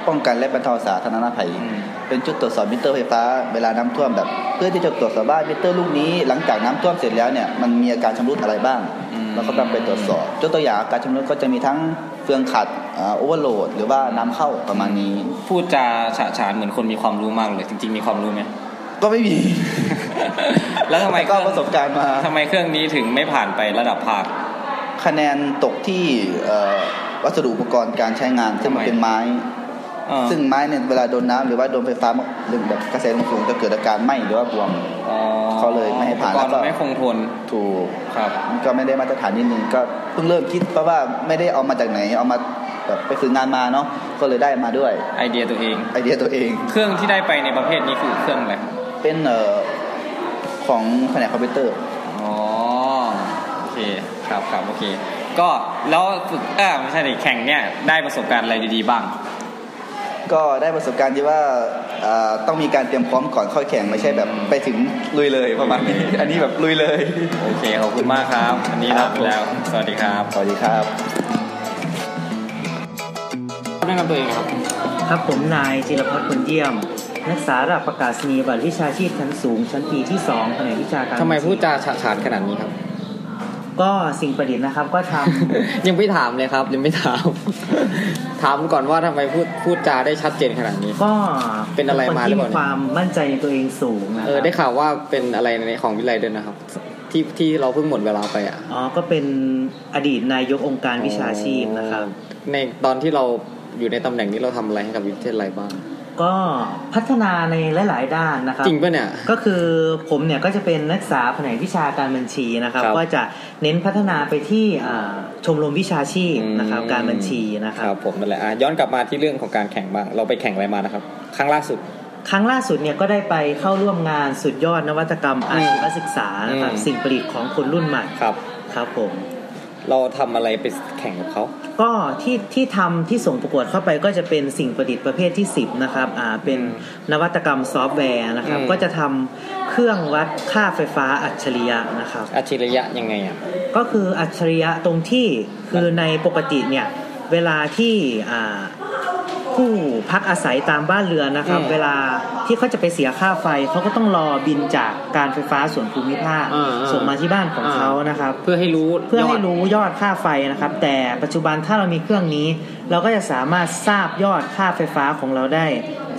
ป้องกันและบรรเทาสาธารณภัย อืม เป็นจุดตรวจสอบมิเตอร์ไฟฟ้าเวลาน้ำท่วมแบบ เพื่อที่จะตรวจสอบว่ามิเตอร์ลูกนี้ หลังจากน้ำท่วมเสร็จแล้วเนี่ยมันมีอาการชำรุดอะไรบ้าง อืม เราก็ต้องไปตรวจสอบยกตัวอย่างการชำรุดก็จะมีทั้งเฟืองขัดโอเวอร์โหลด หรือว่าน้ำเข้าประมาณนี้ พูดจาฉะฉานเหมือนคนมีความรู้มากเลย จริง ๆ มีความรู้ไหม ก็ไม่มี แล้วทำไม ก็ประสบการณ์มา ทำไมเครื่องนี้ถึงไม่ผ่านไประดับภาค คะแนนตกที่เอ่อวัสดุอุปกรณ์การใช้งานซึ่งมัทำนไม เป็นไม้ อ่า ซึ่งไม้เนี่ยเวลาโดนน้ำหรือว่าโดนไฟฟ้าหรือแบบกระแสลมสูงจะเกิดอาการไหม้หรือว่าบวม อ๋อ เขาเลยไม่ให้ผ่าน อุปกรณ์ แล้วก็ ไม่คงทน ถูก ครับ มันก็ไม่ได้มาตรฐานนิดนึงก็เพิ่งเริ่มคิดเพราะว่าไม่ได้เอามาจากไหน เอามาแบบไปฝึกงานมาเนาะก็เลยได้มาด้วย ไอเดียตัวเอง ไอเดียตัวเอง เครื่องที่ได้ไปในประเภทนี้คือเครื่องอะไรครับ เป็นเอ่อของแผนกคอมพิวเตอร์ อ๋อโอเคครับครับโอเค ก็แล้วฝึกเออไม่ใช่ดิแข่งเนี่ยได้ประสบการณ์อะไรดีๆบ้าง ก็ได้ประสบการณ์ที่ว่าเอ่อต้องมีการเตรียมพร้อมก่อนเข้าแข่งไม่ใช่แบบไปถึงลุยเลยประมาณนี้ อันนี้แบบลุยเลย โอเคขอบคุณมากครับอันนี้ลาไปแล้ว สวัสดีครับ สวัสดีครับ แนะนำตัวเองครับ ครับผมนายจิรพัฒน์คนเยี่ยม นักศึกษาระดับประกาศนียบัตรวิชาชีพชั้นสูง ชั้นปีที่2แผนกวิชาการ ทำไมพูดจาฉะฉานขนาดนี้ครับ ก็สิ่งประ ดิษฐ์นะครับก็ทำ ยังไม่ถามเลยครับ ยังไม่ถาม ถามก่อนว่าทำไมพูดพูดจาได้ชัดเจนขนาดนี้ ก็ เป็นอะไรมาหรือเปล่าเนี่ย คที่ความมั่นใจในตัวเองสูงนะค เอ รั อบ ได้ข่าวว่าเป็นอะไรในของวิไลด้วยนะครับ ที่ที่เราเพิ่งหมดเวลาไปอ่ะ อ๋อก็เป็นอดีตนายกองค์การวิชาชีพนะครับ ในตอนที่เราอยู่ในตำแหน่งนี้เราทำอะไรให้กับวิทยาลัยบ้าง ก็พัฒนาในหลาย ๆ ด้านนะครับ จริงปะเนี่ย ก็คือผมเนี่ยก็จะเป็นนักศึกษาแผนกวิชาการบัญชีนะครับ ครับ ก็จะเน้นพัฒนาไปที่อ่าชมรมวิชาชีพนะครับ อืม การบัญชีนะครับ ครับผมนั่นแหละอ่ะย้อนกลับมาที่เรื่องของการแข่งบ้าง เราไปแข่งอะไรมานะครับ ครั้งล่าสุด ครั้งล่าสุดเนี่ยก็ได้ไปเข้าร่วมงานสุดยอดนวัตกรรมอาชีวศึกษานะครับ อืม สิ่งประดิษฐ์ของคนรุ่นใหม่ ครับ ครับผม เราทำอะไรไปแข่งกับเขา ก็ที่ที่ทำที่ส่งประกวดเข้าไปก็จะเป็นสิ่งประดิษฐ์ประเภทที่ 10 นะครับอ่าเป็นนวัตกรรมซอฟต์แวร์นะครับ อืม ก็จะทำเครื่องวัดค่าไฟฟ้าอัจฉริยะนะครับ อัจฉริยะยังไงอ่ะ ก็คืออัจฉริยะตรงที่คือในปกติเนี่ยเวลาที่อ่าผู้พักอาศัยตามบ้านเรือนนะครับ อืม เวลาที่เขาจะไปเสียค่าไฟเขาก็ต้องรอบินจากการไฟฟ้าส่วนภูมิภาค อ่าๆ ส่งมาที่บ้านของ อ่า เขานะครับ เพื่อให้รู้ เพื่อให้ ยด รู้ยอดค่าไฟนะครับ แต่ปัจจุบันถ้าเรามีเครื่องนี้ เราก็จะสามารถทราบยอดค่าไฟฟ้าของเราได้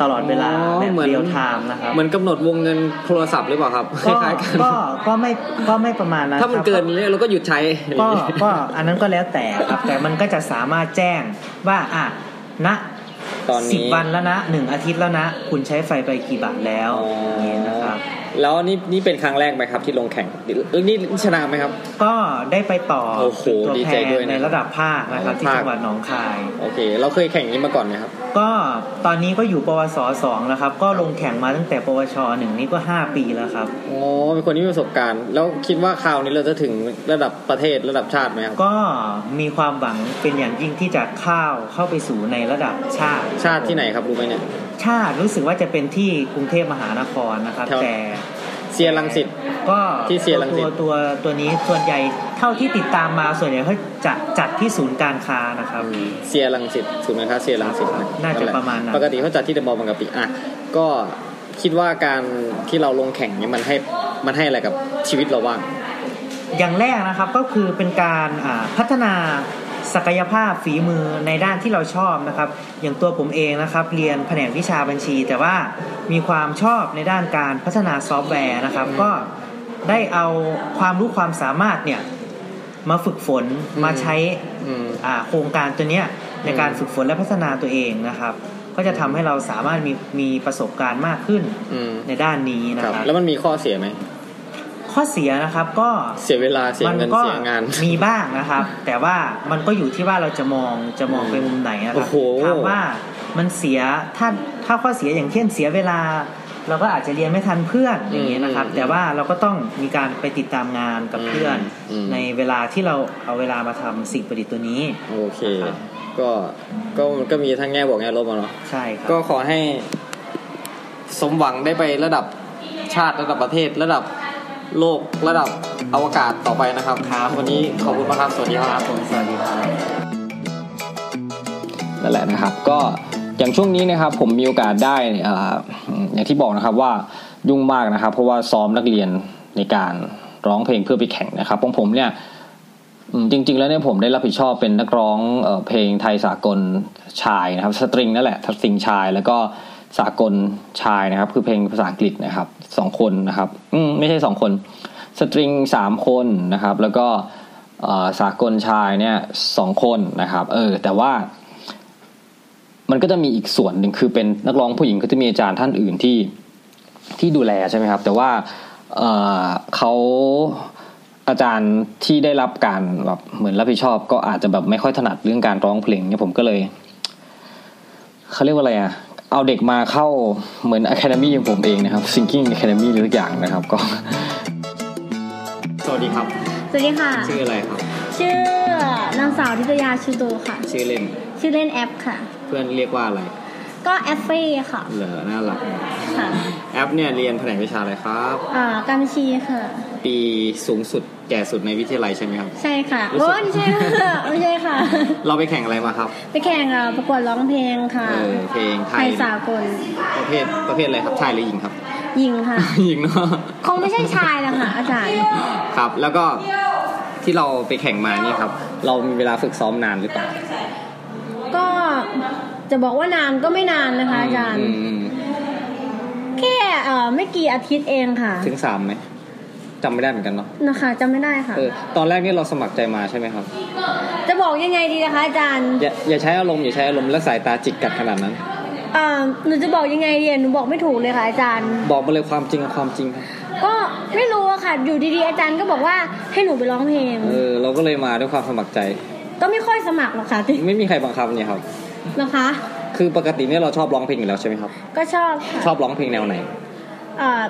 ตลอดเวลา อ๋อ แบบ เหมือน เรียลไทม์นะครับ เหมือนกำหนดวงเงินโทรศัพท์หรือเปล่าครับค ก็ ล้ายๆกัน ก็ก็ไม่ก็ไม่ประมาณนั้น ถ้ามัคนรับ เกินเนี่ยเราก็หยุดใช้ ก็ก็อันนั้นก็แล้วแต่ครับแต่มันก็จะสามารถแจ้งว่าอ่ะณ ตอนนี้ สิบวันแล้วนะหนึ่งอาทิตย์แล้วนะ คุณใช้ไฟไปกี่บาทแล้วอย่างนี้นะครับ แล้วนี่นี่เป็นครั้งแรกไหมครับที่ลงแข่งนี่นี่ชนะไหมครับ ก็ได้ไปต่อ โอ้โห เป็นตัว ดี แท ใจ น ด้วยนะ ในระดับภาคนะครับที่ ภาค จังหวัดหนองคาย โอเค เราเคยแข่งอย่างนี้มาก่อนไหมครับ ก็ตอนนี้ก็อยู่ปวสสองแล้วครับ ก็ลงแข่งมาตั้งแต่ปวชหนึ่งนี่ก็ห้าปีแล้วครับ โอ้เป็นคนที่มีประสบการณ์ แล้วคิดว่าคราวนี้เราจะถึงระดับประเทศระดับชาติไหมครับ ก็มีความหวังเป็นอย่างยิ่งที่จะข้าวเข้าไปสู่ในระดับชาติ ชาติที่ไหนครับรู้ไหมเนี่ย ชาติรู้สึกว่าจะเป็นที่กรุงเทพมหานครนะครับ ครับ แต่ เซียรังสิต ก็ ที่เซียรังสิ ตั ต วตัวตัวนี้ส่วนใหญ่เท่าที่ติดตามมาส่วนใหญ่เขาจะจัดที่ศูนย์การค้านะครับ เซียรังสิตศูนย์การค้าเซียรังสิตนะ น่าจะ แห ประมาณนั้น ปกติเขาจัดที่เดอะมอลล์บางกะปิอ่ะก็คิดว่าการที่เราลงแข่งเนี่ยมันให้มันให้อะไรกับชีวิตเราบ้าง อย่างแรกนะครับก็คือเป็นการอ่าพัฒนาศักยภาพฝีมือในด้านที่เราชอบนะครับ อย่างตัวผมเองนะครับ เรียนแผนกวิชาบัญชี แต่ว่ามีความชอบในด้านการพัฒนาซอฟต์แวร์นะครับ ก็ได้เอาความรู้ความสามารถเนี่ยมาฝึกฝน อืม มาใช้ อืม อ่าโครงการตัวเนี้ยในการ อืม ฝึกฝนและพัฒนาตัวเองนะครับ ก็จะทำให้เราสามารถมีมีประสบการณ์มากขึ้น อืม ในด้านนี้นะครับ ครับ แล้วมันมีข้อเสียไหม ข้อเสียนะครับก็ เสียเวลาเสียเงิน ก็ เสียงาน มีบ้างนะครับ แต่ว่ามันก็อยู่ที่ว่าเราจะมองจะมองไปมุมไหนนะค โอ้ รับ โห ถามว่ามันเสียถ้าถ้าข้อเสียอย่างเช่นเสียเวลา เราก็อาจจะเรียนไม่ทันเพื่อนอย่างนี้ยนะครับ แต่ว่าเราก็ต้องมีการไปติดตามงานกับเพื่อน ในเวลาที่เราเอาเวลามาทำสิ่งประดิษฐ์ตัวนี้ โอเค ครับ ก็ก็มันก็มีทั้งแง่บวกแง่ลบอะเนาะ ใช่ครับ ก็ขอให้สมหวังได้ไประดับชาติระดับประเทศ ระดับโลกระดับอวกาศต่อไปนะครับครับวันนี้ขอบคุณมากครับ สวัสดีครับ ผมสวัสดีครับ นั่นแหละนะครับก็อย่างช่วงนี้นะครับผมมีโอกาสได้เอ่ออย่างที่บอกนะครับว่ายุ่งมากนะครับ เพราะว่าซ้อมนักเรียนในการร้องเพลงเพื่อไปแข่งนะครับของผมเนี่ยอืมจริง ๆ แล้วเนี่ยผมได้รับผิดชอบเป็นนักร้องเอ่อเพลงไทยสากลชายนะครับสตริงนั่นแหละสตริงชาย แล้วก็สากลชายนะครับ คือเพลงภาษาอังกฤษนะครับสองคนนะครับอืมไม่ใช่สองคนสตริงสามคนนะครับ แล้วก็เอ่อสากลชายเนี่ยสองคนนะครับ เออแต่ว่า มันก็จะมีอีกส่วนหนึ่งคือเป็นนักร้องผู้หญิงก็จะมีอาจารย์ท่านอื่นที่ที่ดูแลใช่ไหมครับ แต่ว่าเอ่อเขาอาจารย์ที่ได้รับการแบบเหมือนรับผิดชอบ ก็อาจจะแบบไม่ค่อยถนัดเรื่องการร้องเพลงเนี่ยผมก็เลยเขาเรียกว่าอะไรอ่ะ เอาเด็กมาเข้าเหมือน Academy ของผมเองนะครับ Singing Academy หรือสักอย่างนะครับก็ สวัสดีครับ สวัสดีค่ะ ชื่ออะไรครับ ชื่อนางสาวทิตยาชูโตค่ะ ชื่อเล่น ชื่อเล่นแอปค่ะ เพื่อนเรียกว่าอะไร ก็แอปเฟ่ค่ะ เหลือน่ารัก ค่ะ แอปเนี่ยเรียนแผนกวิชาอะไรครับ อ่าการบัญชีค่ะ ปีสูงสุดแก่สุดในวิทยาลัยใช่ไหมครับ ใช่ค่ะ รู้สึก โอ้ยไม่ใช่ ค่ะไม่ใช่ค่ะ เราไปแข่งอะไรมาครับ ไปแข่งอ่ะประกวดร้องเพลงค่ะ เออเพลงไท ไท ย ยสากล ประเภทประเภทอะไรครับชายหรือหญิงครับ ยิงค่ะ หญิงเนาะ คงไม่ใช่ชายแล้วค่ะ อาจารย์ ครับ แล้วก็ที่เราไปแข่งมานี่ครับ เรามีเวลาฝึกซ้อมนานหรือเปล่า ก็จะบอกว่านานก็ไม่นานนะคะ อาจารย์ ม แค่เอ่อไม่กี่อาทิตย์เองค่ะ ถึงสามไหมจำไม่ได้เหมือนกันเนาะ นะคะจำไม่ได้ค่ะ เออตอนแรกนี่เราสมัครใจมาใช่ไหมครับ จะบอกยังไงดีนะคะอาจารย์ อย่าอย่าใช้อารมณ์อย่าใช้อารมณ์และสายตาจิกกัดขนาดนั้น เอ่อหนูจะบอกยังไงดีอะหนูบอกไม่ถูกเลยค่ะอาจารย์ บอกมาเลยความจริงกับความจริงครับ ก็ไม่รู้อะค่ะ อยู่ดีๆ อาจารย์ก็บอกว่าให้หนูไปร้องเพลง เออเราก็เลยมาด้วยความสมัครใจ ก็ไม่ค่อยสมัครหรอกค่ะที่ ไม่มีใครบังคับเนี่ยครับ นะคะ คือปกติเนี่ยเราชอบร้องเพลงอยู่แล้วใช่ไหมครับ ก็ชอบค่ะ ชอบร้องเพลงแนวไหน เอ่อ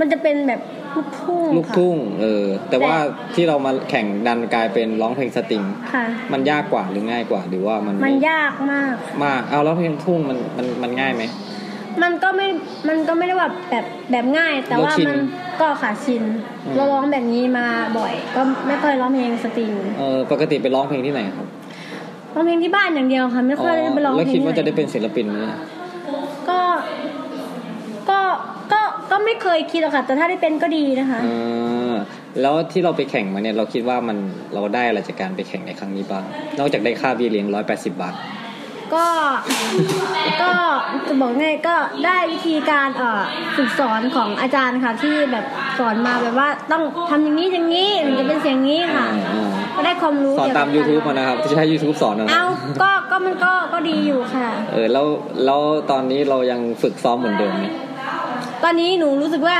มันจะเป็นแบบลูกทุ่ง ลูก ค่ะ ทุ่ง เออ แต่ แต่ ว่าที่เรามาแข่งดันกลายเป็นร้องเพลงสตริง ค่ะ มันยากกว่าหรือง่ายกว่า หรือว่ามัน มันยากมาก มาก เอาแล้วเพลงลูกทุ่งมันมันมันง่ายไหม มันก็ไม่ มันก็ไม่ได้ว่าแบบแบบง่าย แต่ว่า เราชิน มันก็ค่ะชิน อืม เราร้องแบบนี้มาบ่อย ก็ไม่ค่อยร้องเพลงสตริง เออปกติไปร้องเพลงที่ไหนครับ ร้องเพลงที่บ้านอย่างเดียวค่ะ ไม่ค่อยได้ไปร้องเพล แล้ว ง คิด ที่ ว่าจะ ไหน ได้เป็นศิลปินไหม ก็ ก็ ก็ ก็ไม่เคยคิดหรอกค่ะ แต่ถ้าได้เป็นก็ดีนะคะ เออแล้วที่เราไปแข่งมาเนี่ยเราคิดว่ามันเราได้อะไรจากการไปแข่งในครั้งนี้บ้าง นอกจากได้ค่าเบี้ยเลี้ยงร้อยแปดสิบบาท ก็ ก็จะบอกไงก็ได้วิธีการเอ่อฝึกสอนของอาจารย์ค่ะที่แบบ สอนมาแบบว่าต้องทำอย่างนี้อย่างนี้ถึงจะเป็นเสียงนี้ค่ะ อ่า ก็ได้ความรู้ สอนตาม เกี่ยว YouTube กั มานะครับจะใช้ YouTube สอนนะครั เอา บ ก็ก็มันก็ก็ดีอยู่ค่ะ เออแล้วแล้วตอนนี้เรายังฝึกซ้อมเหมือนเดิมไหม ตอนนี้หนูรู้สึกว่า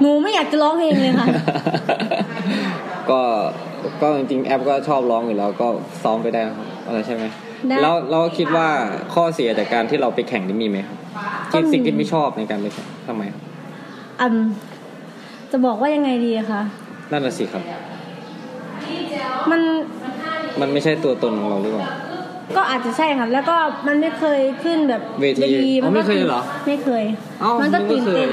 หนูไม่อยากจะร้องเพลงเลยค่ะ ก็ก็จริงๆแอปก็ชอบร้องอยู่แล้วก็ซ้อมไปได้นะครับอะไรใช่ไหม ได้ แล้วเราคิดว่าข้อเสียจากการที่เราไปแข่งนี่มีไหมครับ ก็ ที่ มี สิ่งที่ไม่ชอบในการไปแข่งทำไมครับ อืมจะบอกว่ายังไงดีอะคะ นั่นน่ะสิครับ มัน มันไม่ใช่ตัวตนของเราหรือเปล่า ก็อาจจะใช่ค่ะแล้วก็มันไม่เคยขึ้นแบบ เวทีอ๋อไม่เคยเหรอ ไม่เคย เอ้า มันก็ตื่นเต้น นึกว่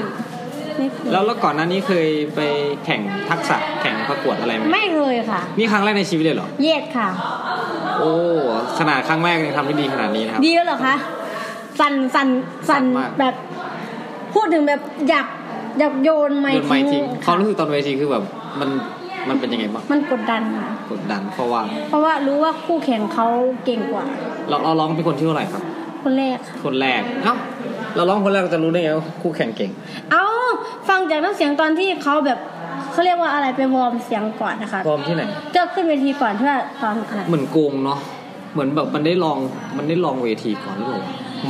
า ไม่เคย แล้วแล้วก่อนหน้านี้เคยไปแข่งทักษะแข่งประกวดอะไรไหม ไม่เคยค่ะ นี่ครั้งแรกในชีวิตเลยเหรอ เย็ดค่ะ โอ้ขนาดครั้งแรกยังทำได้ดีขนาดนี้นะครับ ดีแล้วเหรอคะ สันสันสัน สั่นมาก แบบ พูดถึงแบบอยากอยากโยนไม้ โดนไม่ทิ้ง ะ ความรู้สึกตอนเวทีคือแบบมันมันเป็นยังไงบ้าง มันกดดันค่ะ กดดันเพราะว่า เพราะว่ารู้ว่าคู่แข่งเขาเก่งกว่า เราเราร้องเป็นคนที่เท่าไหร่ครับ คนแรกค่ะ คนแรกเอ้าเราร้องคนแรกเราจะรู้ได้ไงว่าคู่แข่งเก่ง เอาฟังจากน้ำเสียงตอนที่เขาแบบเขาเรียกว่าอะไรไปวอร์มเสียงก่อนนะคะ พร้อมที่ไหน เจอขึ้นเวทีก่อนเพื่อตอนอะไร เหมือนโกงเนาะ เหมือนแบบมันได้ลองมันได้ลองเวทีก่อนหรือเปล่า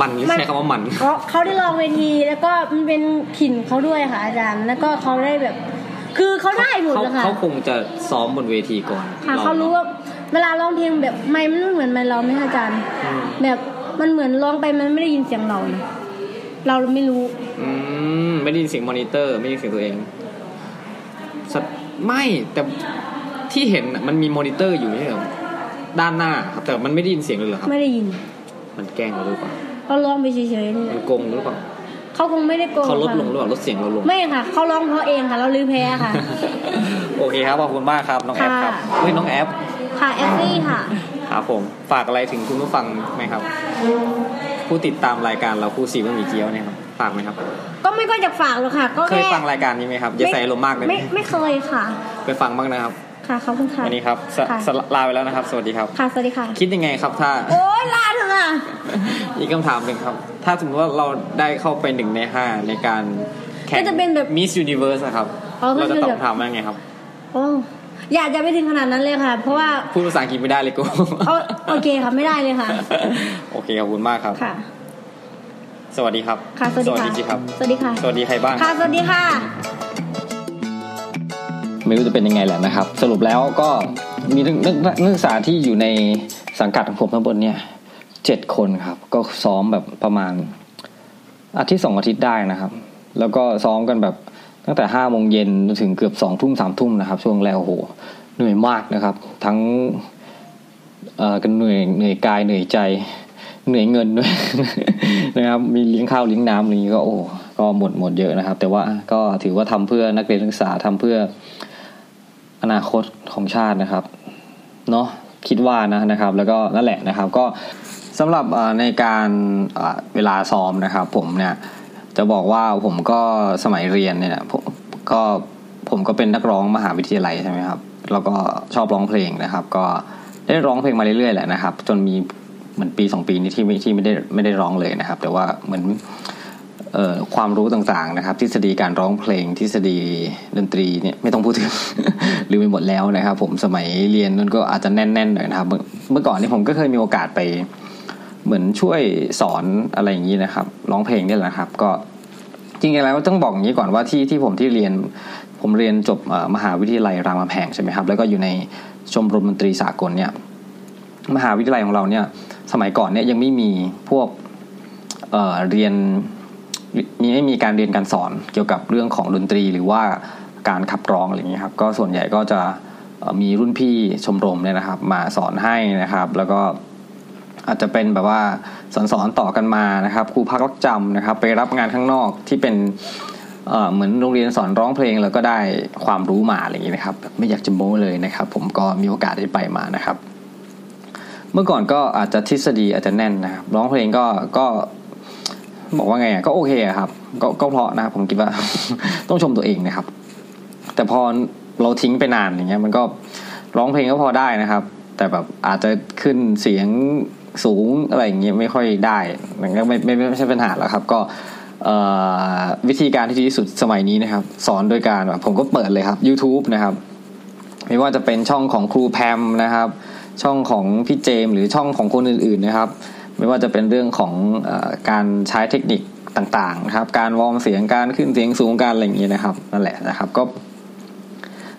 มันหรือ มัน ใช้คำว่ามัน เขาเขาได้ลองเวทีแล้วก็มันเป็นถิ่นเขาด้วยค่ะ อาจารย์ แล้วก็เขาได้แบบ คือเขาได้หมด เขา เลยค่ะ เขาคงจะซ้อมบนเวทีก่อน ค่ะเขารู้ว่าเวลาร้องเพลงแบบไม่มันไม่เหมือนไม่ร้องไหมคะอาจารย์ แบบมันเหมือนร้องไปมันไม่ได้ยินเสียงเราเลยเราไม่รู้ อืมไม่ได้ยินเสียงมอนิเตอร์ ไม่ได้ยินเสียงตัวเองสัตว์ไม่แต่ที่เห็นน่ะมันมีมอนิเตอร์อยู่ไม่ใช่เหรอด้านหน้าครับแต่มันไม่ได้ยินเสียงเลยเหรอครับ ไม่ได้ยิน มันแกล้งเราหรือเปล่า เราร้องไปเฉยๆนี่ มันโกงหรือเปล่า เขาคงไม่ได้โกง เขาลด ค่ะ ลงหรือเปล่าลดเสียงเราลง ไม่ค่ะเขาร้องเพราะเองค่ะ เราลือแพ้ค่ะ โอเคครับ ขอบคุณมากครับ น้องแอฟครับ ค่ะ เฮ้ยน้องแอฟ ค่ะแอฟซี่ค่ะ ครับผมฝากอะไรถึงคุณผู้ฟังไหมครับ ผู้ติดตามรายการเราคู่ซีบะหมี่เกี๊ยวเนี่ยครับฝากไหมครับ ก็ไม่ก็อยากฝากหรอกค่ะ ก็ เคย แค่ ฟังรายการนี้ไหมครับอย่าใส่ลมณ์มากเลย ไม่ไม่เคยค่ะ ไปฟังบ้างนะครับ ค่ะขอบคุณค่ะ วันนี้ครับส ค่ะ สลาไปแล้วนะครับ สวัสดีครับ ค่ะสวัสดีค่ะ คิดยังไงครับ ถ้า โอ๊ยลาเถอะค่ะ อีกคำถามหนึ่งครับ ถ้าสมมติว่าเราได้เข้าไปหนึ่งในห้าในการแข่ง ก็จะเป็นแบบ มิสยูนิเวิร์สครับ อ๋อก็ เราจะ คือ ตอ แบบ บ ถามว่าไงครับ โอ้อยากจะไปถึงขนาดนั้นเลยค่ะ เพราะ ว่า พูดภาษาอังกฤษไม่ได้เลยกู เอาโอเคค่ะไม่ได้เลยค่ะ โอเคขอบคุณมากครับ ค่ะ สวัสดีครับ ค่ะ สวัสดีค่ะ สวัสดีครับ สวัสดีสวัสดีใคค่ะรบ้าง ค่ะ สวัสดีค่ะ ไม่รู้จะเป็นยังไงแหละนะครับ สรุปแล้วก็มีนักนักนักศึกษาที่อยู่ในสังกัดของผมทั้งหมดเนี่ยเจ็ดคนครับ ก็ซ้อมแบบประมาณ อาทิตย์สองอาทิตย์ได้นะครับ แล้วก็ซ้อมกันแบบตั้งแต่ห้าโมงเย็นจนถึงเกือบสองทุ่มสามทุ่มนะครับ ช่วงแรกโอ้โหเหนื่อยมากนะครับ ทั้งเอ่อกันเหนื่อยเหนื่อยกายเหนื่อยใจ เหนื่อยเงิน ด้วย นะครับมีเลี้ยงข้าวเลี้ยงน้ำอะไรอย่างนี้ก็โอ้ก็หมดหมดเยอะนะครับ แต่ว่าก็ถือว่าทำเพื่อนักเรียนนักศึกษาทำเพื่อ อนาคตของชาตินะครับเนาะคิดว่านะนะครับ แล้วก็นั่นแหละนะครับ ก็สำหรับเอ่อในการเอ่อเวลาซ้อมนะครับ ผมเนี่ยจะบอกว่าผมก็สมัยเรียนเนี่ยผมก็ผมก็เป็นนักร้องมหาวิทยาลัยใช่ไหมครับแล้วก็ชอบร้องเพลงนะครับ ก็ได้ร้องเพลงมาเรื่อยๆแหละนะครับ จนมีเหมือนปีสองปีนี้ที่ไม่ที่ไม่ได้ไม่ได้ร้องเลยนะครับ แต่ว่าเหมือน เอ่อความรู้ต่างๆนะครับ ทฤษฎีการร้องเพลงทฤษฎีดนตรีเนี่ยไม่ต้องพูดถึง ลืมไปหมดแล้วนะครับ ผมสมัยเรียนนั่นก็อาจจะแน่นๆหน่อยนะครับเมื่อเมื่อก่อนนี่ผมก็เคยมีโอกาสไป เหมือนช่วยสอนอะไรอย่างนี้นะครับร้องเพลงเนี่ยแหละครับ ก็จริงๆแล้วต้องบอกอย่างนี้ก่อนว่าที่ที่ผมที่เรียน ผมเรียนจบเอ่อมหาวิทยาลัยรามคำแหงใช่ไหมครับ แล้วก็อยู่ในชมรมดนตรีสากลเนี่ย มหาวิทยาลัยของเราเนี่ย สมัยก่อนเนี่ยยังไม่มีพวกเอ่อเรียน มีไม่มีการเรียนการสอนเกี่ยวกับเรื่องของดนตรีหรือว่าการขับร้องอะไรอย่างนี้ยครับก็ส่วนใหญ่ก็จะเอ่อมีรุ่นพี่ชมรมเนี่ยนะครับ มาสอนให้นะครับ แล้วก็อาจจะเป็นแบบว่าสอนสอนๆต่อกันมานะครับครูพักรักจำนะครับ ไปรับงานข้างนอกที่เป็นเอ่อเหมือนโรงเรียนสอนร้องเพลงแล้วก็ได้ความรู้มาอะไรอย่างนี้นะครับแบบไม่อยากจะโม้เลยนะครับ ผมก็มีโอกาสได้ไปมานะครับ เมื่อก่อนก็อาจจะทฤษฎีอาจจะแน่นนะครับร้องเพลงก็ก็ บอกว่าไงอะก็โอเคอะครับก็ก็เพราะนะครับผมคิดว่า ต้องชมตัวเองนะครับ แต่พอเราทิ้งไปนานอย่างเงี้ย มันก็ร้องเพลงก็พอได้นะครับ แต่แบบอาจจะขึ้นเสียงสูงอะไรอย่างเงี้ยไม่ค่อยได้มันก็ไม่ไม่ไม่ใช่ปัญหาแล้วครับ ก็ เอ่อวิธีการที่ดีที่สุดสมัยนี้นะครับ สอนโดยการแบบผมก็เปิดเลยครับ YouTube นะครับ ไม่ว่าจะเป็นช่องของครูแพมนะครับ ช่องของพี่เจมส์หรือช่องของคนอื่นๆนะครับ ไม่ว่าจะเป็นเรื่องของเออการใช้เทคนิคต่างๆนะครับ การวอร์มเสียงการขึ้นเสียงสูงการอะไรอย่างเงี้ยนะครับนั่นแหละนะครับก็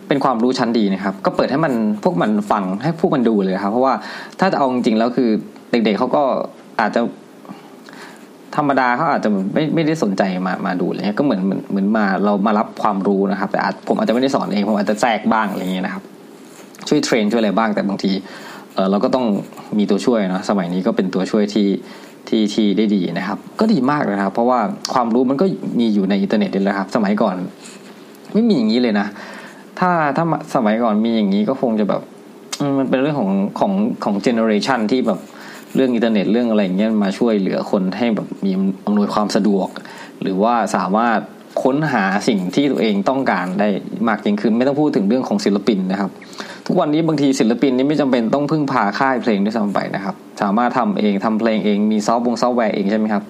เป็นความรู้ชั้นดีนะครับ ก็เปิดให้มันพวกมันฟังให้พวกมันดูเลยครับ เพราะว่าถ้าจะเอาจริงๆแล้วคือเด็กๆเขาก็อาจจะ ธรรมดาเขาอาจจะไม่ไม่ได้สนใจมามาดูอะไรเงี้ยก็เหมือนเหมือนเหมือนมาเรามารับความรู้นะครับ แต่อาจผมอาจจะไม่ได้สอนเองผมอาจจะแทรกบ้างอะไรเงี้ยนะครับ ช่วยเทรนช่วยอะไรบ้างแต่บางทีเออเราก็ต้องมีตัวช่วยเนาะสมัยนี้ก็เป็นตัวช่วยที่ที่ที่ได้ดีนะครับ ก็ดีมากเลยนะครับ เพราะว่าความรู้มันก็มีอยู่ในอินเทอร์เน็ตนี่แหละครับ สมัยก่อน ไม่มีอย่างนี้เลยนะ ถ้าถ้าสมัยก่อนมีอย่างนี้ก็คงจะแบบอืมมันเป็นเรื่องของของของเจเนอเรชันที่แบบเรื่องอินเทอร์เน็ตเรื่องอะไรอย่างเงี้ยมาช่วยเหลือคนให้แบบมีอำนวยความสะดวก หรือว่าสามารถค้นหาสิ่งที่ตัวเองต้องการได้มากยิ่งขึ้น ไม่ต้องพูดถึงเรื่องของศิลปินนะครับ ทุกวันนี้บางทีศิลปินนี่ไม่จำเป็นต้องพึ่งพาค่ายเพลงด้วยซ้ำไปนะครับ สามารถทำเองทำเพลงเองมีซอฟต์วงซอฟต์แวร์เองใช่ไหมครับ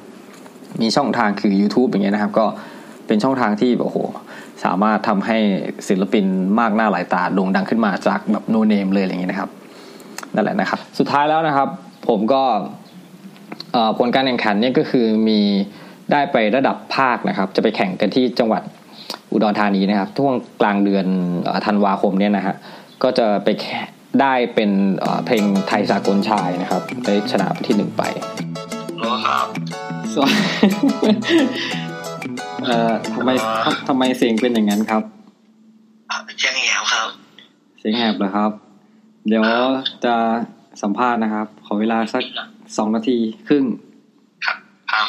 มีช่องทางคือ YouTube อย่างเงี้ยนะครับ ก็เป็นช่องทางที่แบบโอ้โห สามารถทำให้ศิลปินมากหน้าหลายตาโด่งดังขึ้นมาจากแบบโนเนมเลยอะไรอย่างเงี้ยนะครับนั่นแหละนะครับ สุดท้ายแล้วนะครับ ผมก็เอ่อผลการแข่งขันเนี่ยก็คือมีได้ไประดับภาคนะครับ จะไปแข่งกันที่จังหวัดอุดรธานีนะครับช่วงกลางเดือนเอ่อธันวาคมเนี่ยนะฮะก็จะไปแข่งได้เป็นเอ่อเพลงไทยสากลชายนะครับได้ชนะที่หนึ่งไปรอครับ เอ่อทำไมทำไมเสียงเป็นอย่างนั้นครับ เชียงแหวครับ เสียงแหบเหรอครับ เดี๋ยวจะสัมภาษณ์นะครับ ขอเวลาสักสองนาทีครึ่ง ครับครับ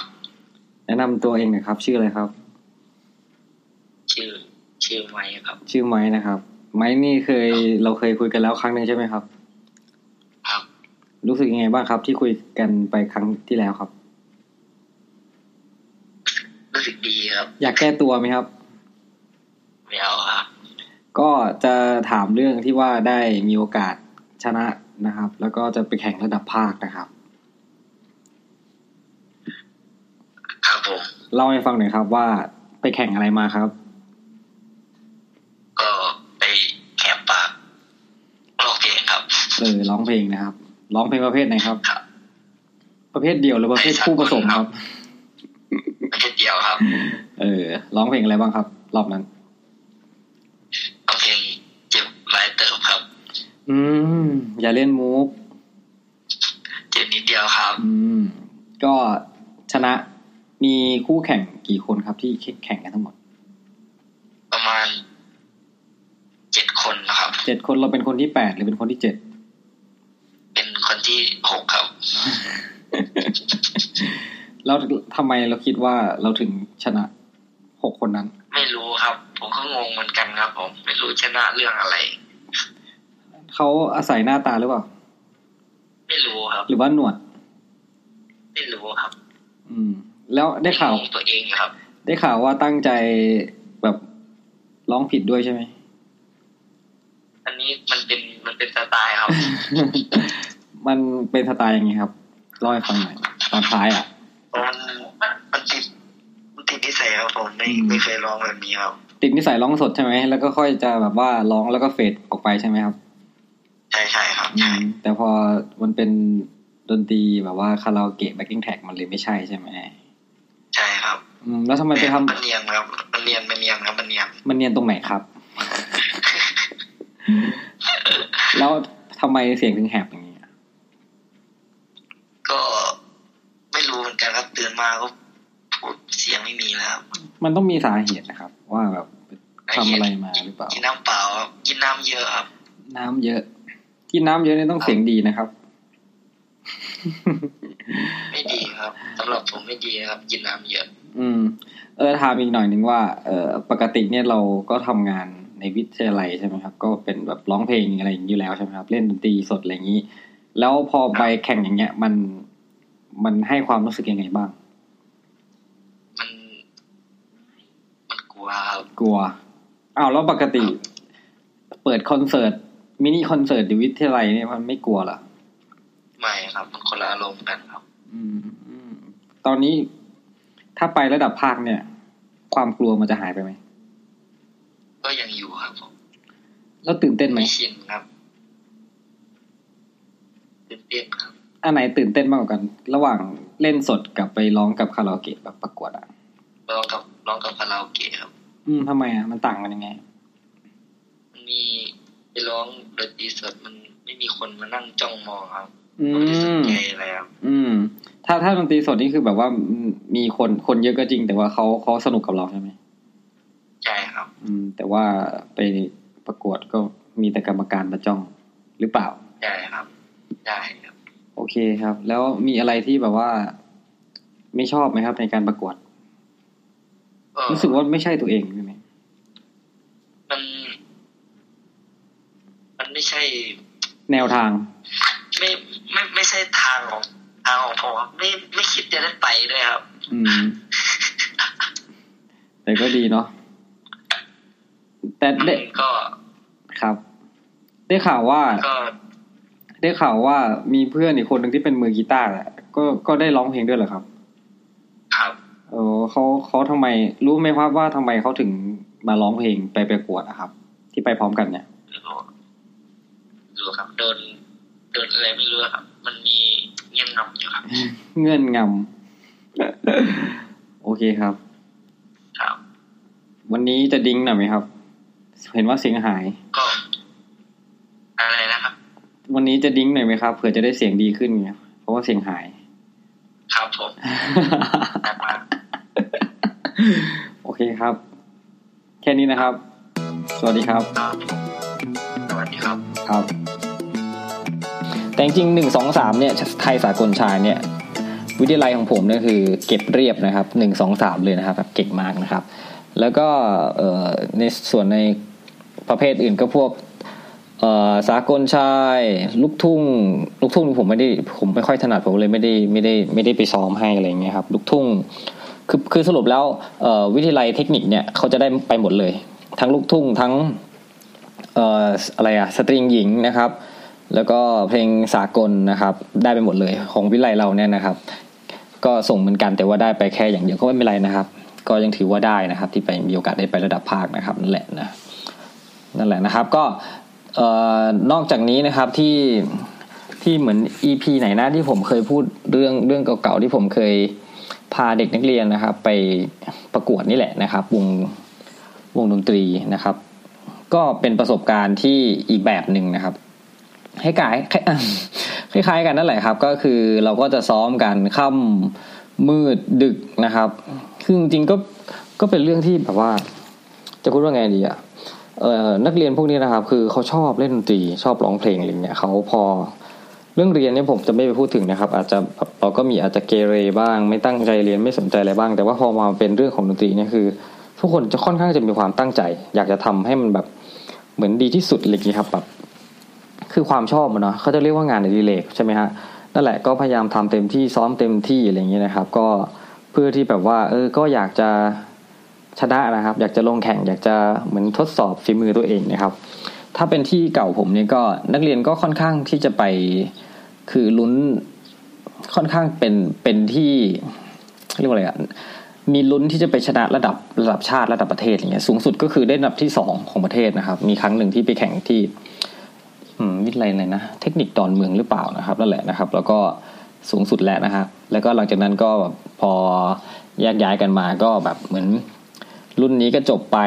แนะนำตัวเองหนะครับ ชื่ออะไรครับ ชื่อชื่อไม้ครับ ชื่อไม้นะครับ ไม้นี่เคยเราเคยคุยกันแล้วครั้งหนึ่งใช่ไหมครับ ครับ รู้สึกยังไงบ้างครับ ที่คุยกันไปครั้งที่แล้วครับ รู้สึกดีครับ อยากแก้ตัวไหมครับ แหววครับ ก็จะถามเรื่องที่ว่าได้มีโอกาสชนะนะครับ แล้วก็จะไปแข่งระดับภาคนะครับ ครับผม เล่าให้ฟังหน่อยครับว่าไปแข่งอะไรมาครับ ก็ไปแคบปากลอกเพลงครับ เออร้องเพลงนะครับร้องเพลงประเภทไหนครับ ครับ ประเภทเดียวหรือประเภทคู่ผสมครับ ประเภทเดียวครับ เออร้องเพลงอะไรบ้างครับ รอบนั้น เอาเพลงเจ็บหลายเติมครับ อืม อย่าเล่นมูฟ เจ็บนิดเดียวครับ อืม ก็ชนะมีคู่แข่งกี่คนครับที่แข่งกันทั้งหมด ประมาณเจ็ดคนนะครับ เจ็ดคนเราเป็นคนที่แปดหรือเป็นคนที่เจ็ด เป็นคนที่หกครับ แล้วทำไมเราคิดว่าเราถึงชนะหกคนนั้น ไม่รู้ครับ ผมก็งงเหมือนกันครับ ผม ไม่รู้ชนะเรื่องอะไร เขาอาศัยหน้าตาหรือเปล่า ไม่รู้ครับ หรือว่าหนวด ไม่รู้ครับ อืม แล้วได้ข่าว งงตัวเองครับ ได้ข่าวว่าตั้งใจแบบร้องผิดด้วยใช่ไหม อันนี้มันเป็นมันเป็นสไตล์ครับ มันเป็นสไตล์ยังไงครับเล่าให้ฟังหน่อยตอนท้ายอ่ะ มันมันติดมันติดนิสัยครับผมไม่ อืม ไม่เคยร้องแบบนี้ครับ ติดนิสัยร้องสดใช่ไหมแล้วก็ค่อยจะแบบว่าร้องแล้วก็เฟดออกไปใช่ไหมครับ ใช่ใช่ครับ อื ใช่ มแต่พอมันเป็นดนตรีแบบว่าคาราโอเกะแบ็กกิ้งแท็กมันเลยไม่ใช่ใช่ไหม ใช่ครับ อืมแล้วทำไมไปทำ มันเนียนครับ มันเนียนมันเนียนครับมันเนียน มันเนียนตรงไหน ครับ แล้วทำไมเสียงถึงแหบอย่างนี้อะ ก็ไม่รู้เหมือนกันครับตื่นมาก็พูดเสียงไม่มีแล้วครับ มันต้องมีสาเหตุนะครับ ว่าแบบทำอะไรมาหรือเปล่า กินน้ำเปล่าครับกินน้ำเยอะครับ น้ำเยอะ ที่น้ำเยอะเนี่ยต้องเสียงดีนะครับ ไม่ดีครับสำหรับผมไม่ดีครับ กินน้ำเยอะ อืมเออถามอีกหน่อยหนึ่งว่าเออปกติเนี่ยเราก็ทำงานในวิทยาลัยใช่ไหมครับ ก็เป็นแบบร้องเพลงอะไรอย่างนี้อยู่แล้วใช่ไหมครับ เล่นดนตรีสดอะไรอย่างนี้ แล้วพอไปแข่งอย่างเงี้ย มันมันให้ความรู้สึกยังไงบ้าง มัน มันกลัวครับ กลัวอ้าวแล้วปกติ เปิดคอนเสิร์ตมินิคอนเสิร์ตอยู่วิทยาลัยเนี่ยมันไม่กลัวเหรอ ไม่ครับ มันคนละอารมณ์กันครับ อืม ตอนนี้ ถ้าไประดับภาคเนี่ย ความกลัวมันจะหายไปไหม ก็ยังอยู่ครับผม แล้วตื่นเต้นไหม ไม่ชินครับตื่นเต้นครับ อันไหนตื่นเต้นมากกว่ากัน ระหว่างเล่นสดกับไปร้องกับคาราโอเกะแบบประกวดอ่ะ ร้องกับร้องกับคาราโอเกะครับ อืมทำไมอ่ะมันต่างกันยังไง มันมีไปร้องดนตรีสดมันไม่มีคนมานั่งจ้องมองครับ อื ผมจะสน ม ใจอะไรครับ อืม ถ้าถ้าดนตรีสดนี่คือแบบว่ามีคนคนเยอะก็จริง แต่ว่าเขาเขาสนุกกับเราใช่ไหม ใช่ครับ อืม แต่ว่าไปประกวดก็มีแต่กรรมการมาจ้องหรือเปล่า ใช่ครับใช่ครับ โอเคครับ แล้วมีอะไรที่แบบว่า ไม่ชอบไหมครับ ในการประกวด ก็ รู้สึกว่าไม่ใช่ตัวเองใช่ไหม มัน มันไม่ใช่ แนวทาง ไม่ไม่ไม่ใช่ทางของทางของผมครับไม่ไม่คิดจะได้ไปด้วยครับ อืม แต่ก็ดีเนาะแต่ มัน ได้ ก็ ครับ ได้ข่าวว่า ก็ ได้ข่าวว่ามีเพื่อนอีกคนหนึ่งที่เป็นมือกีตาร์อะก็ก็ได้ร้องเพลงด้วยเหรอครับ ครับ เออเขาเขาทำไม รู้ไหมครับว่าทำไมเขาถึงมาร้องเพลงไปประกวดอะครับ ที่ไปพร้อมกันเนี่ย หรือว่าหรือครับ โดนโดนอะไรไม่รู้ครับ มันมีเงียบงับอยู่ครับ เงื่อนงำ โอเคครับ ครับ วันนี้จะดิ้งหน่อยไหมครับ เห็นว่าเสียงหาย ก็ อะไรนะครับ วันนี้จะดิ้งหน่อยไหมครับเผื่อจะได้เสียงดีขึ้นเนี่ยเพราะว่าเสียงหาย ครับผมนะครับ โอเคครับ แค่นี้นะครับ สวัสดีครับ ครับผมสวัสดีครับ ครับ แต่จริงหนึ่งสองสามเนี่ยไทยสากลชายเนี่ย วิทยาลัยของผมเนี่ยคือเก็บเรียบนะครับหนึ่งสองสามเลยนะครับแบบเก่งมากนะครับ แล้วก็เอ่อในส่วนในประเภทอื่นก็พวกเอ่อสากลชาย ลูกทุ่งลูกทุ่งผมไม่ได้ผมไม่ค่อยถนัดผมเลยไม่ได้ไม่ได้ไม่ได้ไปซ้อมให้อะไรอย่างเงี้ยครับลูกทุ่ง คือคือสรุปแล้วเอ่อวิทยาลัยเทคนิคเนี่ยเขาจะได้ไปหมดเลย ทั้งลูกทุ่งทั้ง เอ่ออะไรอะสตริงหญิงนะครับ แล้วก็เพลงสากลนะครับ ได้ไปหมดเลยของวิไลเราเนี่ยนะครับ ก็ส่งเหมือนกันแต่ว่าได้ไปแค่อย่างเดียวก็ไม่เป็นไรนะครับ ก็ยังถือว่าได้นะครับ ที่ไปมีโอกาสได้ไประดับภาคนะครับนั่นแหละนะนั่นแหละนะครับ ก็เอ่อนอกจากนี้นะครับที่ที่เหมือน EP ไหนนะที่ผมเคยพูดเรื่องเรื่องเก่าๆที่ผมเคยพาเด็กนักเรียนนะครับ ไปประกวดนี่แหละนะครับ วงวงดนตรีนะครับ ก็เป็นประสบการณ์ที่อีกแบบหนึ่งนะครับให้กายคล้าย คล้ายๆ กันนั่นแหละครับ ก็คือเราก็จะซ้อมกันค่ำมืดดึกนะครับซึ่งจริงๆก็ก็เป็นเรื่องที่แบบว่า จะพูดว่าไงดีอะเออนักเรียนพวกนี้นะครับ คือเขาชอบเล่นดนตรีชอบร้องเพลงอะไรเงี้ยเขาพอ เรื่องเรียนเนี่ยผมจะไม่ไปพูดถึงนะครับ อาจจะเราก็มีอาจจะเกเรบ้าง ไม่ตั้งใจเรียนไม่สนใจอะไรบ้าง แต่ว่าพอมาเป็นเรื่องของดนตรีเนี่ยคือ ทุกคนจะค่อนข้างจะมีความตั้งใจ อยากจะทำให้มันแบบเหมือนดีที่สุดอะไรอย่างนี้ยครับแบบคือความชอบมันเนาะเขาจะเรียกว่างานอดิเรกใช่ไหมฮะนั่นแหละก็พยายามทำเต็มที่ซ้อมเต็มที่อะไรอย่างนี้ยนะครับ ก็เพื่อที่แบบว่า เออก็อยากจะชนะนะครับ อยากจะลงแข่ง อยากจะเหมือนทดสอบฝีมือตัวเองนะครับ ถ้าเป็นที่เก่าผมเนี่ยก็นักเรียนก็ค่อนข้างที่จะไปคือลุ้นค่อนข้างเป็นเป็นที่เรียกว่าอะไรอะ มีลุ้นที่จะไปชนะระดับระดับชาติระดับประเทศอย่างเงี้ยสูงสุดก็คือได้อันดับที่สองของประเทศนะครับ มีครั้งหนึ่งที่ไปแข่งที่ อืมวิทยาลัยอะไรนะเทคนิคดอนเมืองหรือเปล่านะครับนั่นแหละนะครับ แล้วก็สูงสุดแล้วนะฮะแล้วก็หลังจากนั้นก็แบบพอแยกย้ายกันมาก็แบบเหมือนรุ่นนี้ก็จบไป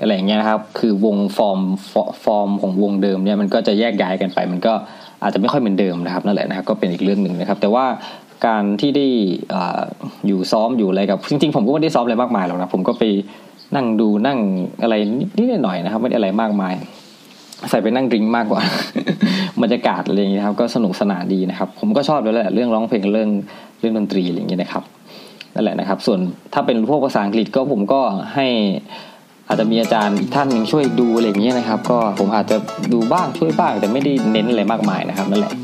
อะไรอย่างเงี้ยนะครับ คือวงฟอร์มฟอฟอร์มของวงเดิมเนี่ยมันก็จะแยกย้ายกันไป มันก็อาจจะไม่ค่อยเหมือนเดิมนะครับนั่นแหละนะครับก็เป็นอีกเรื่องหนึ่งนะครับ แต่ว่าการที่ได้อ่าอยู่ซ้อมอยู่อะไรกับจริงๆผมก็ไม่ได้ซ้อมอะไรมากมายหรอกนะผมก็ไปนั่งดูนั่งอะไรนิดๆหน่อยๆนะครับไม่ได้อะไรมากมาย ใส่ไปนั่งดริงก์มากกว่า บรรยากาศอะไรอย่างเงี้ยครับ ก็สนุกสนานดีนะครับ ผมก็ชอบด้วยแหละเรื่องร้องเพลงเรื่องเรื่องดนตรีอะไรอย่างเงี้ยนะครับนั่นแหละนะครับ ส่วนถ้าเป็นพวกภาษาอังกฤษก็ผมก็ให้อาจจะมีอาจารย์อีกท่านหนึ่งช่วยดูอะไรอย่างเงี้ยนะครับ ก็ผมอาจจะดูบ้างช่วยบ้าง แต่ไม่ได้เน้นอะไรมากมายนะครับนั่นแหละ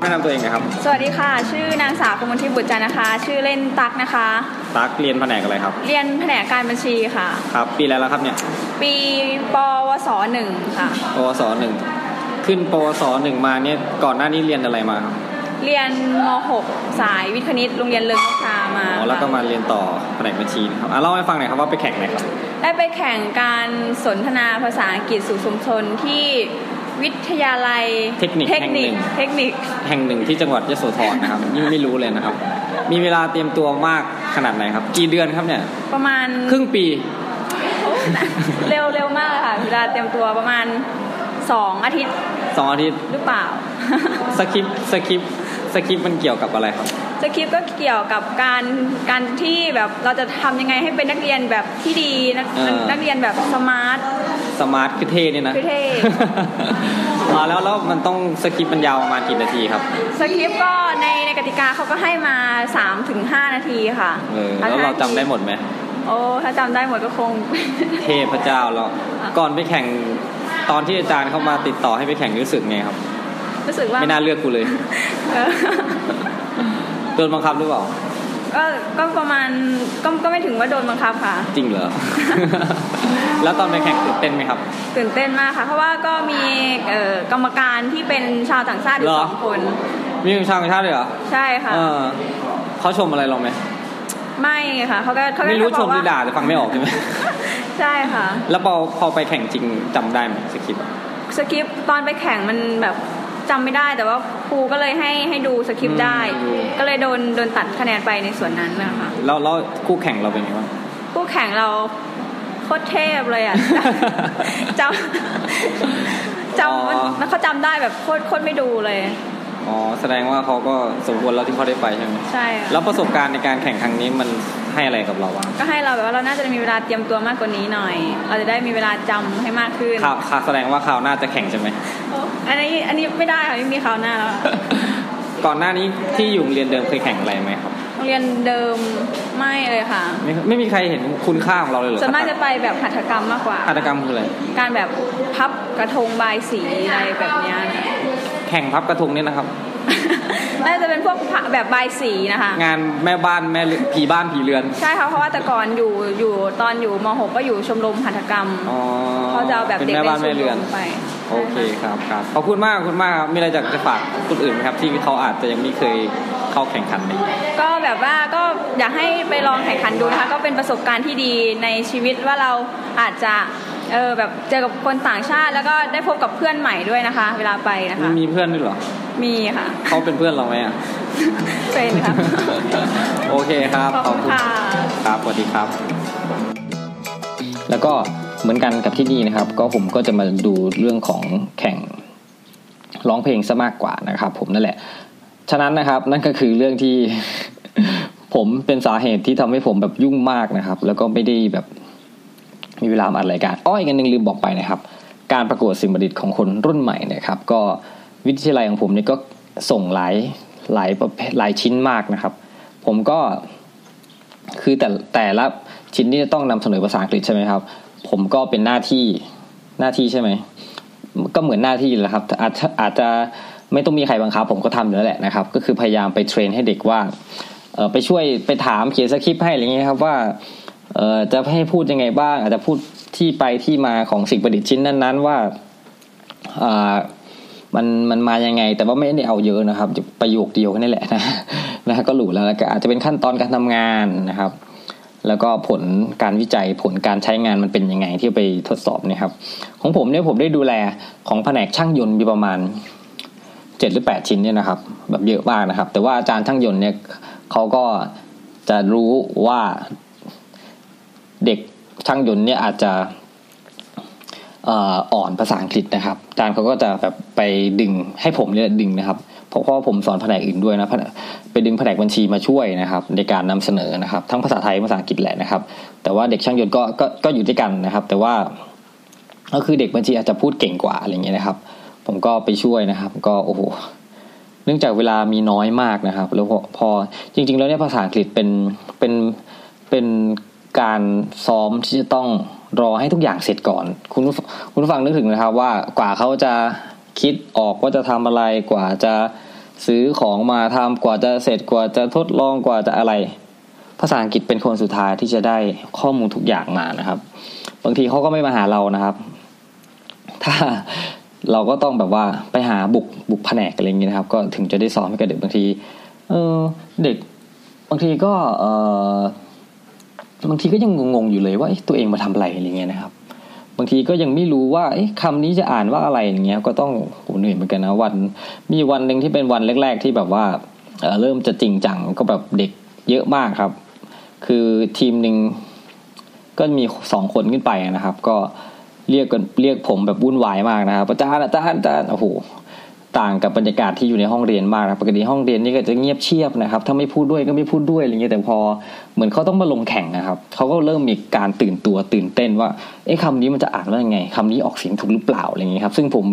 แนะนำตัวเองนะครับ สวัสดีค่ะ ชื่อนางสาวกมลทิพย์บุตรจันทร์นะคะ ชื่อเล่นตักนะคะ ตักเรียนแผนกอะไรครับ เรียนแผนกการบัญชีค่ะ ครับ ปีแล้วแล้วครับเนี่ย ปีปวสหนึ่งค่ะ ปวสหนึ่งขึ้นปวสหนึ่งมาเนี่ยก่อนหน้านี้เรียนอะไรมาครับ เรียนม .6 สายวิทย์คณิตโรงเรียนเลิงนกทามา อ๋อแล้วก็มาเรียนต่อแผนกบัญชีนะครับอ่ะเล่าให้ฟังหน่อยครับว่าไปแข่งไหนครับ ได้ไปแข่งการสนทนาภาษาอังกฤษสู่ชุมชนที่วิทยาลัย เทคนิค เทคนิค แห่งหนึ่ง เทคนิค แห่งหนึ่งที่จังหวัดยโสธรนะครับ นี่ไม่รู้เลยนะครับ มีเวลาเตรียมตัวมากขนาดไหนครับ กี่เดือนครับเนี่ย ประมาณ ครึ่งปี เร็วเร็วมากค่ะเวลาเตรียมตัวประมาณ 2 อาทิตย์ สองอาทิตย์ หรือเปล่า สคริปต์สคริปต์สคริปต์มันเกี่ยวกับอะไรครับ สคริปต์ก็เกี่ยวกับการการที่แบบเราจะทำยังไงให้เป็นนักเรียนแบบที่ดีนัก เออ นักเรียนแบบสมาร์ท สมาร์ทคือเท่นี่นะ คือเท่ อ๋อแล้วแล้วมันต้องสคริปต์มันยาวประมาณกี่นาทีครับ สคริปต์ก็ในในกติกาเขาก็ให้มา3ถึง5นาทีค่ะ เออแล้วเราจำได้หมดไหม โอ้ถ้าจำได้หมดก็คง เทพเจ้าแล้ว ก่อนไปแข่งตอนที่อาจารย์เข้ามาติดต่อให้ไปแข่งรู้สึกไงครับ รู้สึกว่า ไม่น่าเลือกกูเลย เออ โดนบังคับหรือเปล่า ก็ก็ประมาณก็ก็ไม่ถึงว่าโดนบังคับค่ะ จริงเหร อ แล้วตอนไปแข่งตื่นเต้นไหมครับ ตื่นเต้นมากค่ะ เพราะว่าก็มีเอ่อกรรมการที่เป็นชาวต่างชาติอยู่ เหรอ สองคน มีชาวต่างชาติเลยเหรอ ใช่ค่ะ เออเขาชมอะไรเราไหม ไม่ค่ะเขาก็เขาก็ ไม่รู้ แค่ ช บอ ม ก หรื ว่า อด่าแต่ฟังไม่ออกใช่ไหม ใช่ค่ะ แล้วพอพอไปแข่งจริงจำได้ไหมสคริปต์ สคริปต์ตอนไปแข่งมันแบบจำไม่ได้แต่ว่าครูก็เลยให้ให้ดูสคริปต์ได้ อืม ก็เลยโดนโดนตัดคะแนนไปในส่วนนั้นนะคะ แล้วแล้วคู่แข่งเราเป็นไงบ้าง ผู้แข่งเราโคตรเทพเลย อ่ะ จำจำมันมันเขาจำได้แบบโคตรโคตรไม่ดูเลย อ๋อแสดงว่าเขาก็สมควรแล้วที่เขาได้ไปใช่ไหม ใช่ค่ะ แล้วประสบการณ์ในการแข่งครั้งนี้มันให้อะไรกับเราบ้าง ก็ให้เราแบบว่าเราน่าจะมีเวลาเตรียมตัวมากกว่านี้หน่อย เราจะได้มีเวลาจำให้มากขึ้น ข่าวข่าวแสดงว่าข่าวหน้าจะแข่งใช่ไหม โอ้อันนี้อันนี้ไม่ได้ค่ะไม่มีคราวหน้าแล้วค่ะ ก่อนหน้านี้ที่อยู่โรงเรียนเดิมเคยแข่งอะไรไหมครับ โรงเรียนเดิมไม่เลยค่ะ ไม่ไม่มีใครเห็นคุณค่าของเราเลยเหรอ ส่วนมากจะไปแบบหัตถกรรมมากกว่า หัตถกรรมคืออะไร การแบบพับกระทงใบายสีอะไรแบบเนี้ยนะ แข่งพับกระทงเนี่ยนะครับ น่าจะเป็นพวกพระแบบใบายสีนะคะ งานแม่บ้านแม่เรือนผีบ้านผีเรือน ใช่ค่ะเพราะว่าแต่ก่อนอยู่อยู่ตอนอยู่ม .6 ก็อยู่ชมรมหัตถกรรม อ๋อ เขาจะเอาแบบ เป็น เด็ก แม่ ไป บ้าน ช แม่ ม เรื ร อน มไป โอเคครับครับขอบคุณมากขอบคุณมากครับมีอะไรจากจะฝากคนอื่นไหมครับ ที่เขาอาจจะยังไม่เคยเข้าแข่งขันเลย ก็แบบว่าก็อยากให้ไปลองแข่งขันดูนะคะก็เป็นประสบการณ์ที่ดีในชีวิตว่าเราอาจจะเออแบบเจอกับคนต่างชาติ แล้วก็ได้พบกับเพื่อนใหม่ด้วยนะคะ เวลาไปนะคะ มีเพื่อนด้วยเหรอ มีค่ะ เขาเป็นเพื่อนเราไหมอ่ะ เป็นค่ะ โอเคครับขอบคุณครับสวัสดีครับ แล้วก็เหมือนกันกับที่นี่นะครับ ก็ผมก็จะมาดูเรื่องของแข่งร้องเพลงซะมากกว่านะครับ ผมนั่นแหละ ฉะนั้นนะครับนั่นก็คือเรื่อง ที่ ผมเป็นสาเหตุที่ทำให้ผมแบบยุ่งมากนะครับ แล้วก็ไม่ได้แบบมีเวลามาอัดรายการอ้อยกันหนึ่งลืมบอกไปนะครับ การประกวดสิ่งประดิษฐ์ของคนรุ่นใหม่นะครับ ก็วิทยาลัยของผมเนี่ยก็ส่งหลายหลายประเภทหลายชิ้นมากนะครับ ผมก็ คือแต่แต่ละชิ้นที่จะต้องนำเสนอภาษาอังกฤษใช่ไหมครับ ผมก็เป็นหน้าที่หน้าที่ใช่ไหมก็เหมือนหน้าที่แหละครับอาจจะอาจจะไม่ต้องมีใครบังคับ ผมก็ทำอยู่แล้วแหละนะครับ ก็คือพยายามไปเทรนให้เด็กว่าเอ่อไปช่วยไปถามเขียนสคริปต์ให้อะไรเงี้ยครับว่าเอ่อจะให้พูดยังไงบ้าง อาจจะพูดที่ไปที่มาของสิ่งประดิษฐ์ชิ้นนั้น ๆ ว่าอ่า มันมันมายังไง แต่ว่าไม่ได้เอาเยอะนะครับประโยคเดียวแค่นี้แหละ นะนะก็หลุดแล้วแล้วก็อาจจะเป็นขั้นตอนการทำงานนะครับ แล้วก็ผลการวิจัยผลการใช้งานมันเป็นยังไงที่ไปทดสอบเนะครับ ของผมเนี่ยผมได้ดูแลของแผนกช่างยนต์มีประมาณเจ็ดหรือแปดชิ้นเนี่ยนะครับ แบบเยอะมากนะครับ แต่ว่าอาจารย์ช่างยนต์เนี่ยเขาก็จะรู้ว่าเด็กช่างยนต์เนี่ยอาจจะ เอ่ออ่อนภาษาอังกฤษนะครับอาจารย์เขาก็จะแบบไปดึงให้ผมเนี่ยดึงนะครับ เพราะเพราะว่าผมสอนแผนกอื่นด้วยนะแผนไปดึงแผนกบัญชีมาช่วยนะครับ ในการนำเสนอนะครับ ทั้งภาษาไทยภาษาอังกฤษแหละนะครับ แต่ว่าเด็กช่างยนต์ก็ก็ก็อยู่ด้วยกันนะครับ แต่ว่าก็คือเด็กบัญชีอาจจะพูดเก่งกว่าอะไรอย่างเงี้ยนะครับ ผมก็ไปช่วยนะครับ ก็โอ้โหเนื่องจากเวลามีน้อยมากนะครับ แล้วพอพอจริง ๆ แล้วเนี่ยภาษาอังกฤษเป็นเป็นเป็นการซ้อมที่จะต้องรอให้ทุกอย่างเสร็จก่อน คุณผู้ คุณผู้ฟังนึกถึงนะครับว่ากว่าเขาจะคิดออกว่าจะทำอะไรกว่าจะซื้อของมาทำกว่าจะเสร็จกว่าจะทดลองกว่าจะอะไร ภาษาอังกฤษเป็นคนสุดท้ายที่จะได้ข้อมูลทุกอย่างมานะครับ บางทีเขาก็ไม่มาหาเรานะครับ ถ้า เราก็ต้องแบบว่าไปหาบุกบุกแผนกอะไรอย่างเงี้ยนะครับ ก็ถึงจะได้สอนให้กับเด็กบางที เออเด็กบางทีก็เออบางทีก็ยังงงๆอยู่เลยว่าเอ๊ะตัวเองมาทำอะไรอะไรเงี้ยนะครับ บางทีก็ยังไม่รู้ว่าเอ๊ะคำนี้จะอ่านว่าอะไรอย่างเงี้ยก็ต้องโหเหนื่อยเหมือนกันนะวัน มีวันหนึ่งที่เป็นวันแรก ๆ ที่แบบว่าเอ่อเริ่มจะจริงจังก็แบบเด็กเยอะมากครับ คือทีมหนึ่งก็มีสองคนขึ้นไปนะครับ ก็เรียกกันเรียกผมแบบวุ่นวายมากนะครับอาจารย์อาจารย์อาจารย์โอ้โห ต่างกับบรรยากาศที่อยู่ในห้องเรียนมากนะครับปกติห้องเรียนนี่ก็จะเงียบเชียบนะครับ ถ้าไม่พูดด้วยก็ไม่พูดด้วยอะไรเงี้ยแต่พอเหมือนเขาต้องมาลงแข่งนะครับเขาก็เริ่มมีการตื่นตัวตื่นเต้นว่าเอ๊ะคำนี้มันจะอ่านว่ายังไงคำนี้ออกเสียงถูกหรือเปล่าอะไรเงี้ยครับ ซึ่งผม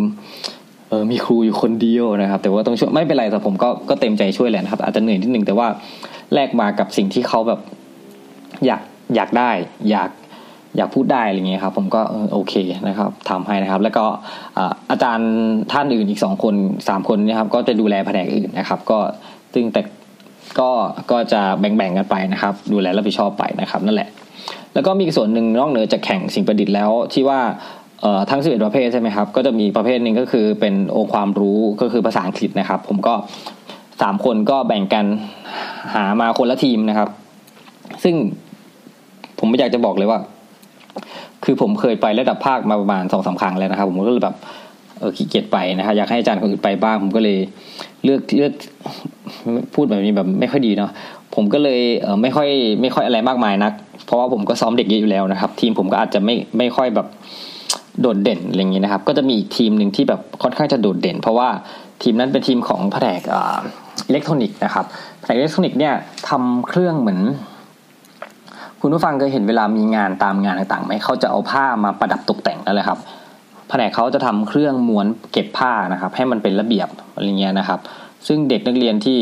เออมีครูอยู่คนเดียวนะครับ แต่ว่าต้องช่วยไม่เป็นไรแต่ผมก็ก็เต็มใจช่วยแหละนะครับ อาจจะเหนื่อยนิดนึงแต่ว่าแลกมากับสิ่งที่เขาแบบอยากอยากได้ อยาก อยากพูดได้อะไรเงี้ยครับ ผมก็เออโอเคนะครับทำให้นะครับ แล้วก็อ่าอาจารย์ท่านอื่นอีกสองคนสามคนเนะครับ ก็จะดูแลแผนกอื่นนะครับ ก็ซึ่งแต่ก็ก็จะแบ่งๆกันไปนะครับ ดูแลรับผิดชอบไปนะครับ นั่นแหละ แล้วก็มีอีกส่วนหนึ่งนอกเหนือจากแข่งสิ่งประดิษฐ์แล้วที่ว่าเอ่อทั้ง 11 ประเภทใช่ไหมครับ ก็จะมีประเภทหนึ่งก็คือเป็นองค์ความรู้ก็คือภาษาอังกฤษนะครับ ผมก็สามคนก็แบ่งกันหามาคนละทีมนะครับ ซึ่งผมไม่อยากจะบอกเลยว่า คือผมเคยไประดับภาคมาประมาณสองสาครั้งแล้วนะครับ ผมก็เลยแบบเออขี้เกียจไปนะครับ อยากให้อาจารย์คนอื่นไปบ้างผมก็เลยเลือกเลือกพูดแบบนี้แบบไม่ค่อยดีเนาะผมก็เลยเออไม่ค่อยไม่ค่อยอะไรมากมายนัก เพราะว่าผมก็ซ้อมเด็กเยอะอยู่แล้วนะครับ ทีมผมก็อาจจะไม่ไม่ค่อยแบบโดดเด่นอะไรอย่างนี้นะครับ ก็จะมีอีกทีมหนึ่งที่แบบค่อนข้างจะโดดเด่น เพราะว่าทีมนั้นเป็นทีมของแผนกอ่าอิเล็กทรอนิกส์นะครับแผนกอิเล็กทรอนิกส์เนี่ยทำเครื่องเหมือน คุณผู้ฟังเคยเห็นเวลามีงานตามงานต่างๆไหมเขาจะเอาผ้ามาประดับตกแต่งนั่นแหละครับ แผนกเขาจะทำเครื่องม้วนเก็บผ้านะครับ ให้มันเป็นระเบียบอะไรเงี้ยนะครับ ซึ่งเด็กนักเรียนที่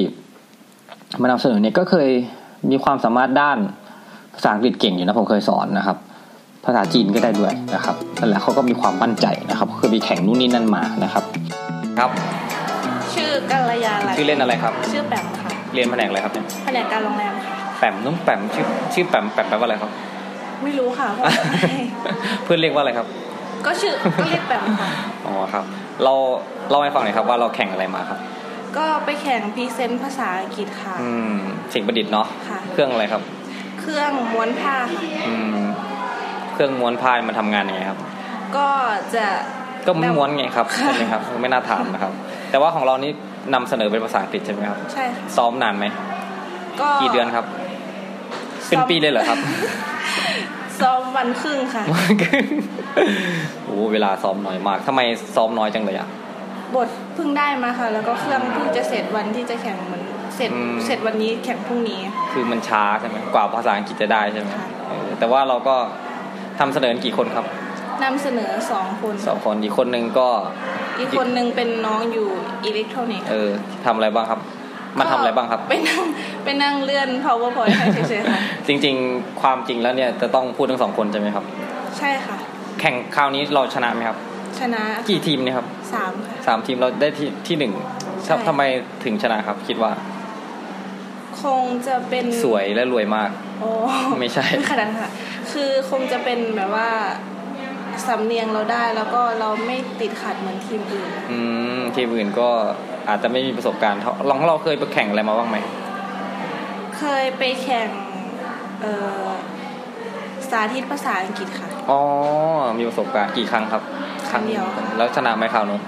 มานำเสนอเนี่ยก็เคยมีความสามารถด้านภาษาอังกฤษเก่งอยู่นะผมเคยสอนนะครับ ภาษาจีนก็ได้ด้วยนะครับนั่นแหละเขาก็มีความมั่นใจนะครับเคยไปแข่งนู่นนี่นั่นมานะครับ ครับ ชื่อกัลยาลัย ชื่อเล่นอะไรครับ ชื่อแปมค่ะ เรียนแผนกอะไรครับเนี่ย แผนกการโรงแรมค่ะ แปมน้องแปมชื่อชื่อแปมแปมแปลว่าอะไรครับ ไม่รู้ ค่ะเพราะ เพื่อนเรียกว่าอะไรครับ ก็ชื่อก็เรียกแปมค่ะ อ๋อครับ เราเล่าให้ฟังหน่อยครับว่าเราแข่งอะไรมาครับ ก็ไปแข่งพรีเซนต์ภาษาอังกฤษค่ะ อืมสิ่งประดิษฐ์เนาะ ค่ะ เครื่องอะไรครับ เครื่องม้วนผ้าค่ะ อืมเครื่องม้วนผ้ามันทำงานยังไงครับ ก็จะ ก็ไม่ม้วนไงครับใช่ไหมครับ ไม่น่าถามนะครับ แต่ว่าของเรานี่นำเสนอเป็นภาษาอังกฤษใช่ไหมครับ ใช่ค่ะ ซ้อมนานไหม ก็ กี่เดือนครับ เป็นปีเลยเหรอครับ ซ้อมวันครึ่ง ค่ะ โอ้เวลาซ้อมน้อยมากทำไมซ้อมน้อยจังเลยอ่ะ บทเพิ่งได้มาค่ะ แล้วก็เครื่องเพิ่งจะเสร็จวันที่จะแข่งเหมือนเสร็จ อืม เสร็จวันนี้แข่งพรุ่งนี้ค่ะ คือมันช้าใช่ไหมกว่าภาษาอังกฤษจะได้ใช่ไหมเออแต่ว่าเราก็ทำเสนอกี่คนครับ นำเสนอสองคน สองคนอีกคนนึงก็ อีกคนนึงเป็นน้องอยู่อิเล็กทรอนิกส์ เออทำอะไรบ้างครับ มันทำอะไรบ้างครับ ไปนั่งไปนั่งเลื่อน powerpoint ให้เฉยๆค่ะ จริงๆ ความจริงแล้วเนี่ยจะต้องพูดทั้งสองคนใช่ไหมครับ ใช่ค่ะ แข่งคราวนี้เราชนะไหมครับ ชนะ กี่ทีมเนยครับ สามค่ะ สามทีมเราได้ที่ที่หนึ่ง ใช่ ทำทำไมถึงชนะครับ คิดว่า คงจะเป็น สวยและรวยมาก โอ้ ไม่ใช่ ขนาดนั้นค่ะ คือคงจะเป็นแบบว่าสำเนียงเราได้แล้วก็เราไม่ติดขัดเหมือนทีมอื่น อืมทีมอื่นก็อาจจะไม่มีประสบการณ์เท่าลองเราเคยไปแข่งอะไรมาบ้างไหม เคยไปแข่งเอ่อสาธิตภาษาอังกฤษค่ะ อ๋อมีประสบการณ์กี่ครั้งครับ ครั้งเดียว แล้วชนะไหมคราวนู้น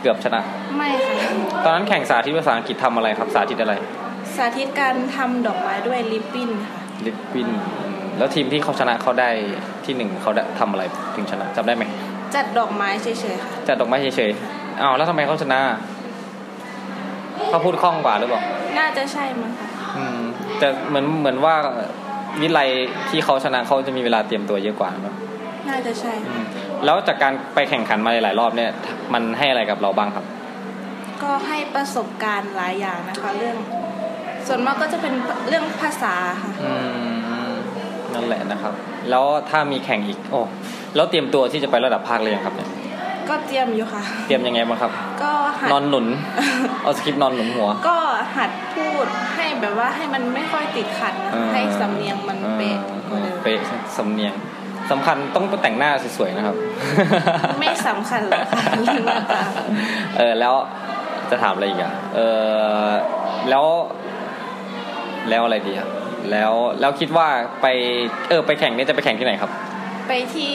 เกือบชนะ ไม่ค่ะ ตอนนั้นแข่งสาธิตภาษาอังกฤษทำอะไรครับ สาธิตอะไร สาธิตการทำดอกไม้ด้วยริบบิ้นค่ะ ลิปวินอืมแล้วทีมที่เขาชนะเขาได้ที่หนึ่งเขาได้ทำอะไรถึงชนะจำได้ไหม จัดดอกไม้เฉยๆค่ะ จัดดอกไม้เฉยๆอ้าวแล้วทำไมเขาชนะเขาพูดคล่องกว่าหรือเปล่า น่าจะใช่มั้งค่ะ อืม แต่เหมือนเหมือนว่าวิไลที่เขาชนะเขาจะมีเวลาเตรียมตัวเยอะกว่าเนอะ น่าจะใช่ค่ะ แล้วจากการไปแข่งขันมาหลายๆรอบเนี่ย มันให้อะไรกับเราบ้างครับ ก็ให้ประสบการณ์หลายอย่างนะคะ เรื่อง ส่วนมากก็จะเป็นเรื่องภาษาค่ะ อืม นั่นแหละนะครับ แล้วถ้ามีแข่งอีก โอ้แล้วเตรียมตัวที่จะไประดับภาคเลยงครับเนี่ย ก็เตรียมอยู่ค่ะ เตรียมยังไงบ้างครับ ก็หัด นอนหนุน เอาสคริปต์นอนหนุนหัว ก็หัดพูดให้แบบว่าให้มันไม่ค่อยติดขัดนะ อ่า ให้สำเนียงมันเป๊ะ เออเป๊ะสำเนียง สำคัญต้องแต่งหน้าสวยๆนะครับ ไม่สำคัญ หรอกค่ะเรื่องหน้าตา เออแล้วจะถามอะไรอีกอ่ะเออแล้วแล้วอะไรดีอ่ะแล้วแล้วคิดว่าไปเออไปแข่งเนี่ยจะไปแข่งที่ไหนครับ ไปที่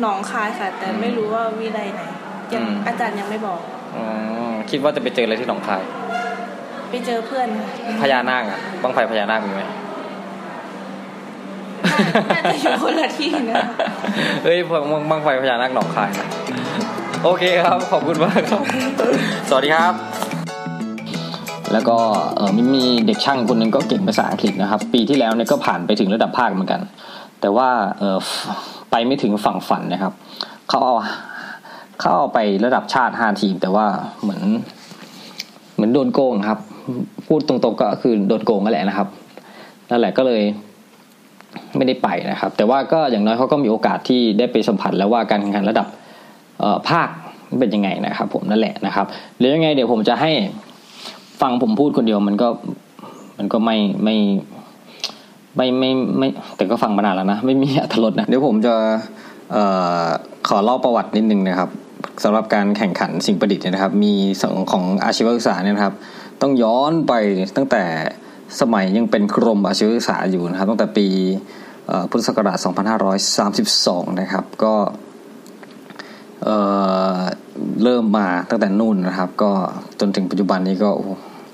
หนองคายค่ะ แต่ไม่รู้ว่าวิไลไหนยัง อืม อาจารย์ยังไม่บอก อืมคิดว่าจะไปเจออะไรที่หนองคาย ไปเจอเพื่อนค่ะ พญานาคอ่ะบ้างไฟพญานาคมีไหม น่าจะอยู่คนละที่นะคะ เอ้ยบ้างบ้างไฟพญานาคหนองคายนะโอเคครับขอบคุณมากครับสวัสดีครับ แล้วก็เออมีมีเด็กช่างคนหนึ่งก็เก่งภาษาอังกฤษนะครับ ปีที่แล้วเนี่ยก็ผ่านไปถึงระดับภาคเหมือนกัน แต่ว่าเออฟไปไม่ถึงฝั่งฝันนะครับ เขาเอาเขาเอาไประดับชาติห้าทีม แต่ว่าเหมือน เหมือนโดนโกงครับ พูดตรงๆก็คือโดนโกงนั่นแหละนะครับนั่นแหละก็เลย ไม่ได้ไปนะครับ แต่ว่าก็อย่างน้อยเขาก็มีโอกาสที่ได้ไปสัมผัสแล้วว่าการแข่งขันระดับเอ่อภาคเป็นยังไงนะครับ ผมนั่นแหละนะครับเดี๋ยวยังไงเดี๋ยวผมจะให้ ฟังผมพูดคนเดียวมันก็มันก็ไม่ไม่ไม่ไม่ไม่แต่ก็ฟังมานานแล้วนะ ไม่มีอัธรสนะ เดี๋ยวผมจะเอ่อขอเล่าประวัตินิดนึงนะครับสำหรับการแข่งขันสิ่งประดิษฐ์เนี่ยนะครับ มีสองของอาชีวศึกษาเนี่ยนะครับ ต้องย้อนไปตั้งแต่สมัยยังเป็นกรมอาชีวศึกษาอยู่นะครับ ตั้งแต่ปีเอ่อพุทธศักราช 2532 นะครับ ก็เอ่อเริ่มมาตั้งแต่นู่นนะครับ ก็จนถึงปัจจุบันนี้ก็โอ้โห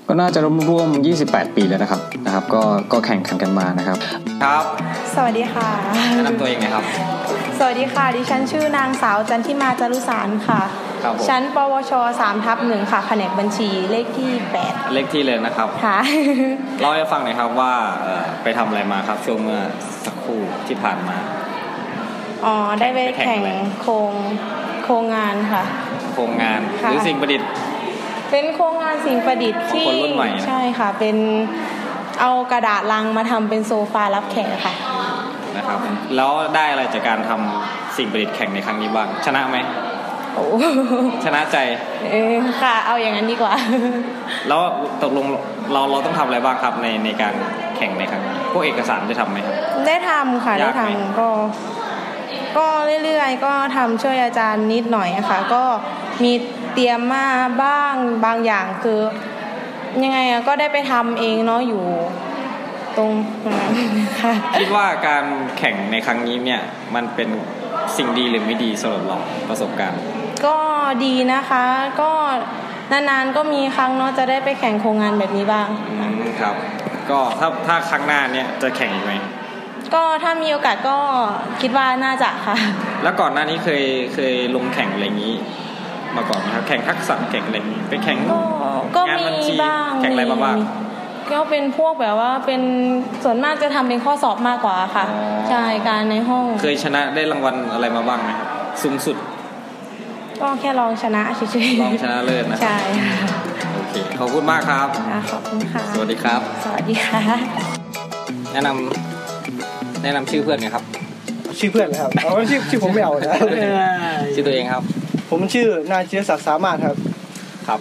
ก็น่าจะรวมๆ28 ปีแล้วนะครับ นะครับ ก็ ก็แข่งขันกันมานะครับ ครับ สวัสดีค่ะ แนะนำตัวเองหน่อยครับ สวัสดีค่ะ ดิฉันชื่อนางสาวจันทิมาจารุสารค่ะ ครับผม ชั้นปวช3ทับหนึ่งค่ะ แผนกบัญชีเลขที่ เล็กที่เลยนะครับ 8 ค่ะ เล่าให้ฟังหน่อยครับว่าเอ่อไปทำอะไรมาครับช่วงเมื่อสักครู่ที่ผ่านมา อ๋อ ได้ไปแข่ไปงแข่งอะไร โครงโครงงานค่ะ โครงงานห ค่ะ รือสิ่งประดิษฐ์ เป็นโครงงานสิ่งประดิษฐ์ ของ ที่ คนรุ่นใหม่นะ ใช่ค่ะ เป็นเอากระดาษลังมาทำเป็นโซฟารับแขกค่ะ นะครับ แล้วได้อะไรจากการทำสิ่งประดิษฐ์แข่งในครั้งนี้บ้างชนะไหม โอ้ ชนะใจ เออค่ะ เอาอย่างนั้นดีกว่า แล้วตกลงเราเราต้องทำอะไรบ้างครับในในการแข่งในครั้งนี้พวกเอกสารได้ทำไหมครับ ได้ทำค่ะ ได้ ยากไหม ทำก็ ก็เรื่อยๆ ก็ทำช่วยอาจารย์นิดหน่อยค่ะ ก็มีเตรียมมาบ้างบางอย่างคือ ยังไงอะก็ได้ไปทำเองเนาะอยู่ ตรงนั้นค่ะ คิดว่าการแข่งในครั้งนี้เนี่ยมันเป็นสิ่งดีหรือไม่ดีสำหรับเราประสบการณ์ ก็ดีนะคะ ก็นานๆก็มีครั้งเนาะจะได้ไปแข่งโครงงานแบบนี้บ้าง อืมครับ ก็ถ้าถ้าครั้งหน้าเนี่ยจะแข่งอีกไหม ก็ถ้ามีโอกาสก็คิดว่าน่าจะค่ะ แล้วก่อนหน้านี้เคยเคยลงแข่งอะไรอย่างนี้ มาก่อนไหมครับ แข่งทักษะแข่งอะไรอย่างนี้ไปแข่ง ก็ งานบัญชี มีบ้าง แข่งอะไรมาบ้าง มี ก็เป็นพวกแบบว่าเป็นส่วนมากจะทำเป็นข้อสอบมากกว่าค่ะ อ๋อ ใช่การในห้อง เคยชนะได้รางวัลอะไรมาบ้างไหมครับสูงสุด ก็แค่ลองชนะเฉย รองชนะเลิศนะ ๆ ใช่ค่ะ โอเคขอบคุณมากครับ อ่ะขอบคุณค่ะ สวัสดีครับ สวัสดีค่ะ แนะนำแนะนำชื่อเพื่อนหนะครับ ชื่อเพื่อนครับเอาชื่อชื่อผมไม่เอานะ ชื่อตัวเองครับ ผมชื่อนายจิรศักดิ์สามารถครับ ครับ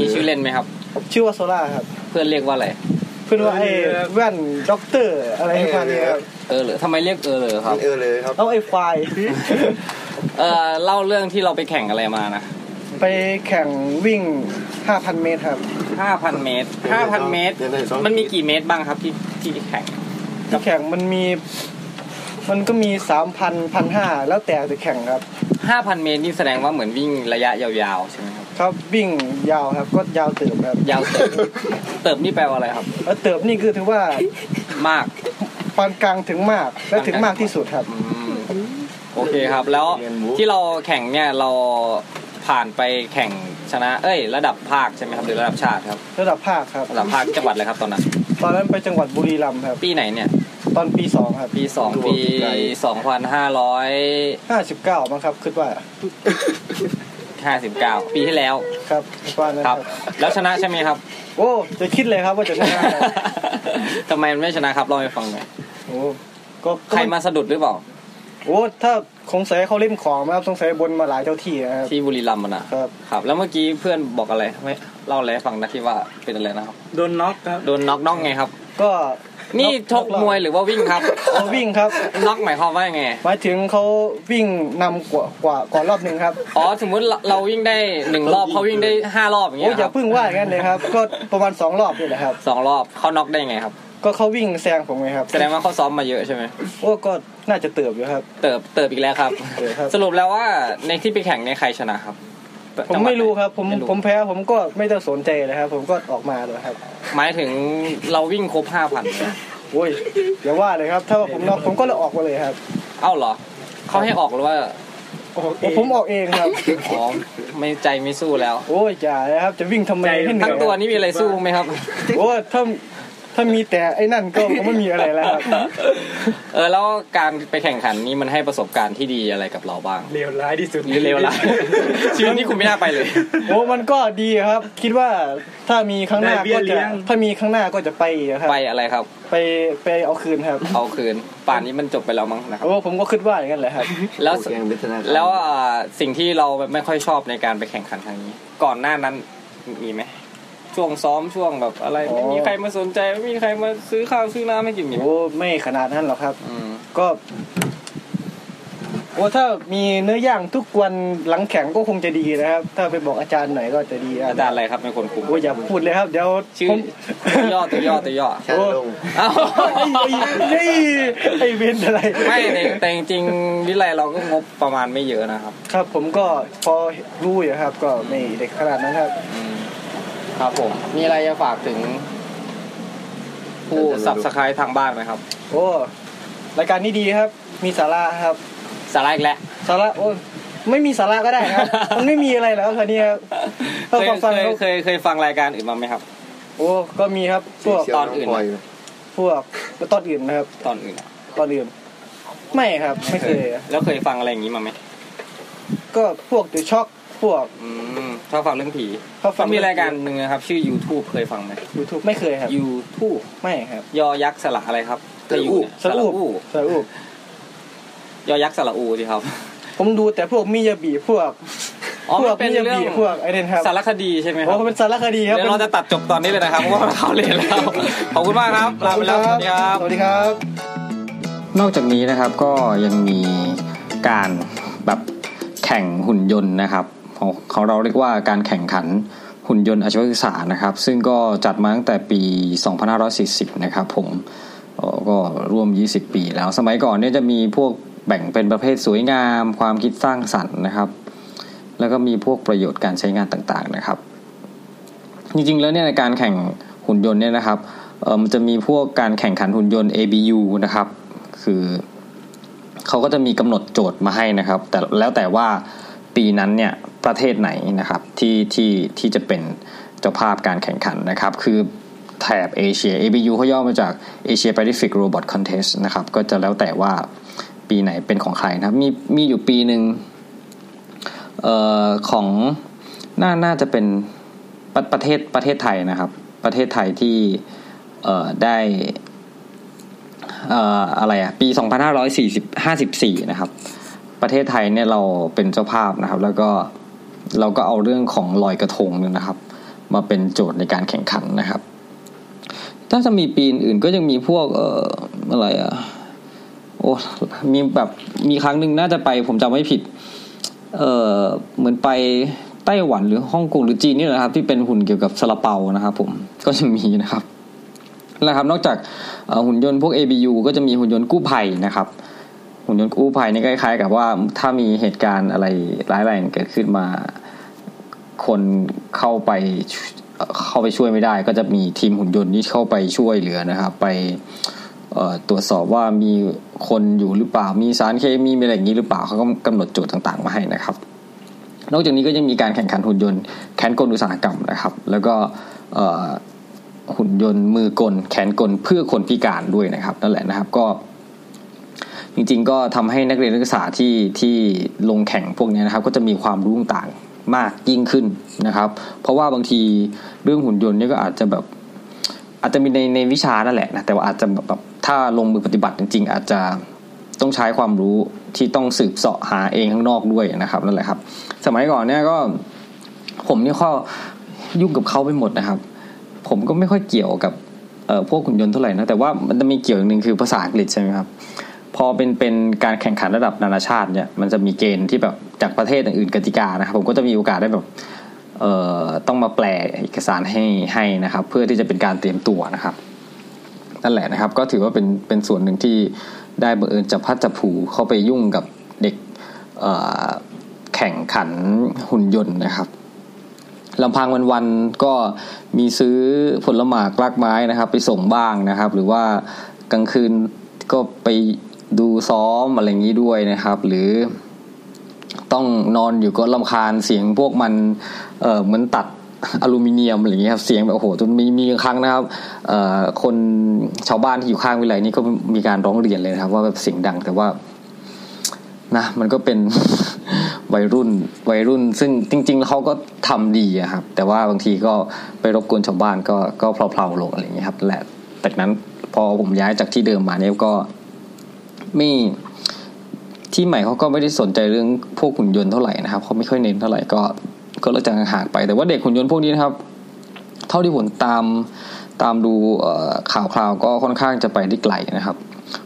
มีชื่อเล่นไหมครับ ชื่อว่าโซล่าครับ เพื่อนเรียกว่าอะไร เพื่อนว่าไอ้แว่นด็อกเตอร์อะไรประมาณนี้ครับ เออเหรือทำไมเรียกเออเหรอครับ เออเลยครับเอาไอ้ควาย เออเล่าเรื่องที่เราไปแข่งอะไรมานะ ไปแข่งวิ่ง 5,000 เมตรครับ 5,000 เมตร 5,000 เมตร มันมีกี่เมตรบ้างครับที่ที่แข่ง แข่งมันมี มันก็มี 3,000 1,500 แล้วแต่จะแข่งครับ 5,000 เมตรนี่แสดงว่าเหมือนวิ่งระยะยาวๆใช่ไหมครับ ครับวิ่งยาวครับ ก็ยาวเติบครับ ยาวเติบ เติบนี่แปลว่าอะไรครับ แล้วเติบนี่คือถือว่าม าก ปานกลางถึงมาก และถึงมากที่สุดครับ โอเคครับ แล้วที่เราแข่งเนี่ยเราผ่านไปแข่งชนะ เอ้ย ระดับภาคใช่ไหมครับ หรือระดับชาติครับ ระดับภาคครับ ระดับภาคจังหวัดอะไรครับตอนนั้น ตอนนั้นไปจังหวัดบุรีรัมย์ครับ ปีไหนเนี่ย ตอนปีสองครับ ปีสองปี 2559 ห้าสิบเก้ามั้งครับคิดว่า ปีที่แล้ว ครับคิดว่านะครับ แล้วชนะใช่ไหมครับ โอ้จะคิดเลยครับว่าจะชนะ ทำไมมันไม่ชนะครับเล่าให้ฟังหน่อย โอ้ก็ ใครมาสะดุดหรือเปล่า โอ้ถ้าสงสัยเขาเล่นของนะครับสงสัยบนมาหลายเจ้าที่นะครับ ที่บุรีรัมย์มันอ่ะ ครับ แล้วเมื่อกี้เพื่อนบอกอะไรไม่เล่าอะไรให้ฟังนะที่ว่าเป็นอะไรนะครับ โดนน็อกครับ โดนน็อกน็อกไงครับ ก็ นี่ชกมวยหรือว่าวิ่ง ครับ วิ่งครับ น็อกหมายความว่ายังไง หมายถึงเขาวิ่งนำกว่ากว่าก่อนรอบหนึ่งครับ อ๋อสมมุติเราเราวิ่งได้หนึ่งรอบเขาวิ่งได้ห้ารอบอย่าง โอ้ เงี้ยยอ ค ย่า รับ เพึ่งว่าอย่างนั้นเลยครับ ก็ประมาณสองรอบนี่แหละครับ สองรอบเขาน็อกได้ไงครับ ก็เขาวิ่งแซงผมไงครับ แสดงว่าเขาซ้อมมาเยอะใช่ไหม โอ้ก็น่าจะเติบอยู่ครับ เติบเติบอีกแล้วครับ สรุปแล้วว่าในที่ไปแข่งในยใครชนะครับ ผมไม่รู้ครับ ผม จังหวัดหน ผมแพ้ผมก็ไม่ได้สนใจเลยครับ ผมก็ออกมาเลยครับ หมายถึงเราวิ่งครบห้าพัน โอ้ย อย่าว่าเลยครับ ถ้าว่าผมนอกผมก็เลยออกมาเลยครับ เอ้าเหรอเขาให้ออกหรือว่า โอ้โหผมออกเองครับ อ๋อไม่ใจไม่สู้แล้ว โอ้ยอย่าเลยครับ จะวิ่งทำไมให้เหนื่อย ทั้งตัวนี่มีอะไรสู้ไหมครับ โอ้ยถ้าถ้ามีแต่ไอ้นั่นก็ก็ไม่มีอะไรแล้ว ครับ เออแล้วการไปแข่งขันนี้มันให้ประสบการณ์ที่ดีอะไรกับเราบ้าง เลวร้ายที่สุด หรือเลวร้าย ชีวิตนี้คุณไม่น่าไปเลย โอ้มันก็ดีครับ คิดว่าถ้ามีครั้งหน้า ได้เบี้ ก็ ยเลี้ จะ ยง ถ้ามีครั้งหน้าก็จะไปอีกครับ ไปอะไรครับ ไปไปเอาคืนครับ เอาคืน ป่านนี้มันจบไปแล้วมั้งนะครับ โอ้ผมก็คิดว่าอย่างนั้นแหละครับ แล้วแล้วเอ่อสิ่งที่เราแบบไม่ค่อยชอบในการไปแข่งขันครั้งนี้ ก่อนหน้านั้นมีไหมช่วงซ้อมช่วงแบบอะไร อ๋อ ไม่มีใครมาสนใจไม่มีใครมาซื้อข้าวซื้อน้ำให้กินมีไหม โอ้ไม่ขนาดนั้นหรอกครับ ก็โอ้ถ้ามีเนื้อย่างทุกวันหลังแข่งก็คงจะดีนะครับ ถ้าไปบอกอาจารย์หน่อยก็จะดี อาจารย์อะไรครับเป็นคนคุม โอ้อย่าพูดเลยครับ เดี๋ยว ชื่อ ผม ตัวย่อตัวย่อตัวย่อ โอ้ เอ้า ไอ้ไอ้ไอ้เบนอะไร ไม่แต่แต่จริงๆวิไลเราก็งบประมาณไม่เยอะนะครับ ครับผมก็พอรู้อยู่ครับ ก็ไม่เด็กขนาดนั้นครับ ครับผม มีอะไรจะฝากถึง ผู้สับสกายทางบ้านไหมครับ โอ้รายการนี้ดีครับ มีสาระครับ สาระอีกแล้ว สาระโอ้ไม่มีสาระก็ได้ ครับ มันไม่มีอะไรแล้วคราวนี้ครับ เคยเคยเคยเคยฟังรายการอื่นบ้างไหมครับ โอ้ก็มีครับพวก ตอนอื่นนะ พวกตอนอื่นนะครับ ตอนอื่นนะ ตอนอื่น ไม่ครับ ไม่เคย แล้วเคยฟังอะไรอย่างนี้มาไหม ก็พวกเดอะช็อกพวก อืมชอบฟังเรื่องผี ชอบฟัง มันมีรายการหนึ่งนะครับ ชื่อ YouTube เคยฟังไหม YouTube ไม่เคยครับ YouTube ไม่ครับ ยอยักษ์สระอะไรครับ สระอู ไม่อยู่นะ สระอูสระอู ยอยักษ์สระอูสิครับ ผมดูแต่พวกมิยาบีพวก อ๋อ พ มั วน ก เป็น มิยา เรื่อ บี ง พวกไอเดนครับ สารคดีใช่ไหมค โอ้ รับ เป็นสารคดีครับ เดี๋ยวเราจะตัดจบตอนนี้เลยนะครับเพราะ ว่าเขาเลนแล้ว ขอบคุณมากครับลาไปแล้วสวัสดีครับ สวัสดีครับ นอกจากนี้นะครับก็ยังมีการแบบแข่งหุ่นยนต์นะครับของของเราเรียกว่าการแข่งขันหุ่นยนต์อาชีวศึกษานะครับ ซึ่งก็จัดมาตั้งแต่ปี 2540 นะครับผมเอ่อก็ร่วม 20 ปีแล้วสมัยก่อนเนี่ยจะมีพวกแบ่งเป็นประเภทสวยงาม ความคิดสร้างสรรค์นะครับ แล้วก็มีพวกประโยชน์การใช้งานต่างๆนะครับ จริงๆแล้วเนี่ยในการแข่งหุ่นยนต์เนี่ยนะครับเอ่อมันจะมีพวกการแข่งขันหุ่นยนต์ ABU นะครับ คือเขาก็จะมีกำหนดโจทย์มาให้นะครับ แต่แล้วแต่ว่าปีนั้นเนี่ยประเทศไหนนะครับที่ที่ที่จะเป็นเจ้าภาพการแข่งขันนะครับ คือแถบเอเชีย ABU เขาย่อมาจาก Asia Pacific Robot Contest นะครับ ก็จะแล้วแต่ว่าปีไหนเป็นของใครนะครับ มีมีอยู่ปีหนึ่งเอ่อของน่าน่าจะเป็น ประประเทศประเทศไทยนะครับ ประเทศไทยที่เอ่อได้เอ่ออะไรอะปี 2554นะครับ ประเทศไทยเนี่ยเราเป็นเจ้าภาพนะครับ แล้วก็เราก็เอาเรื่องของลอยกระทงเนี่ยนะครับ มาเป็นโจทย์ในการแข่งขันนะครับ ถ้าจะมีปีอื่นๆก็ยังมีพวกเอ่ออะไรอะโอ้มีแบบมีครั้งหนึ่งน่าจะไป ผมจำไม่ผิด เออเหมือนไปไต้หวันหรือฮ่องกงหรือจีนนี่แหละครับ ที่เป็นหุ่นเกี่ยวกับซาลาเปานะครับ ผมก็จะมีนะครับนะครับ นอกจากเอ่อหุ่นยนต์พวก ABU ก็จะมีหุ่นยนต์กู้ภัยนะครับ หุ่นยนต์กู้ภัยนี่ก็คล้ายๆกับว่าถ้ามีเหตุการณ์อะไรร้ายแรงเกิดขึ้นมา คนเข้าไปเอ่อเข้าไปช่วยไม่ได้ ก็จะมีทีมหุ่นยนต์ที่เข้าไปช่วยเหลือนะครับ ไป เอ่อตรวจสอบว่ามีคนอยู่หรือเปล่า มีสารเคมีมีอะไรอย่างนี้หรือเปล่าเขาก็กำหนดโจทย์ต่างๆมาให้นะครับ นอกจากนี้ก็ยังมีการแข่งขันหุ่นยนต์แขนกลอุตสาหกรรมนะครับ แล้วก็เอ่อหุ่นยนต์มือกล แขนกลเพื่อคนพิการด้วยนะครับนั่นแหละนะครับก็ จริงๆก็ทำให้นักเรียนนักศึกษาที่ที่ลงแข่งพวกเนี้ยนะครับ ก็จะมีความรู้ต่างมากยิ่งขึ้นนะครับ เพราะว่าบางทีเรื่องหุ่นยนต์เนี่ยก็อาจจะแบบ อาจจะมีในในวิชานั่นแหละนะแต่ว่าอาจจะแบบถ้าลงมือปฏิบัติจริงๆ อาจจะต้องใช้ความรู้ที่ต้องสืบเสาะหาเองข้างนอกด้วยนะครับนั่นแหละครับ สมัยก่อนเนี่ยก็ผมเนี่ยข้อยุ่งกับเขาไปหมดนะครับ ผมก็ไม่ค่อยเกี่ยวกับ เอ่อพวกขุนยนต์เท่าไหร่นะแต่ว่ามันจะมีเกี่ยวอย่างหนึ่งคือภาษาอังกฤษใช่ไหมครับ พอเป็นเป็นการแข่งขันระดับนานาชาติเนี่ยมันจะมีเกณฑ์ที่แบบจากประเทศอื่นๆกติกานะครับ ผมก็จะมีโอกาสได้แบบเอ่อต้องมาแปลเอกสารให้ให้นะครับ เพื่อที่จะเป็นการเตรียมตัวนะครับ นั่นแหละนะครับ ก็ถือว่าเป็นเป็นส่วนหนึ่งที่ได้บังเอิญจับพลัดจับผลูเข้าไปยุ่งกับเด็กเอ่อแข่งขันหุ่นยนต์นะครับ ลำพังวันๆก็มีซื้อผลหมากลากไม้นะครับ ไปส่งบ้างนะครับ หรือว่ากลางคืนก็ไปดูซ้อมอะไรอย่างนี้ด้วยนะครับ หรือต้องนอนอยู่ก็ลำคาญเสียงพวกมันเอ่อเหมือนตัด อลูมิเนียมอะไรอย่างเงี้ยครับเสียงแบบโอ้โหจนมีมีครั้งนะครับเอ่อคนชาวบ้านที่อยู่ข้างวิไลนี่ก็มีการร้องเรียนเลยนะครับ ว่าแบบเสียงดังแต่ว่า นะมันก็เป็น วัยรุ่นวัยรุ่น ซึ่งจริง ๆ แล้วเขาก็ทำดีอะครับ แต่ว่าบางทีก็ไปรบกวนชาวบ้านก็ก็เพลาๆลงอะไรอย่างเงี้ยครับแหละจากนั้นพอผมย้ายจากที่เดิมมาเนี่ยก็ไม่ที่ใหม่เขาก็ไม่ได้สนใจเรื่องพวกหุ่นยนต์เท่าไหร่นะครับเขาไม่ค่อยเน้นเท่าไหร่ก็ก็เลิกจากห่างๆไป แต่ว่าเด็กหุ่นยนต์พวกนี้นะครับ เท่าที่ผมตามตามดูเอ่อข่าวคราวก็ค่อนข้างจะไปได้ไกลนะครับ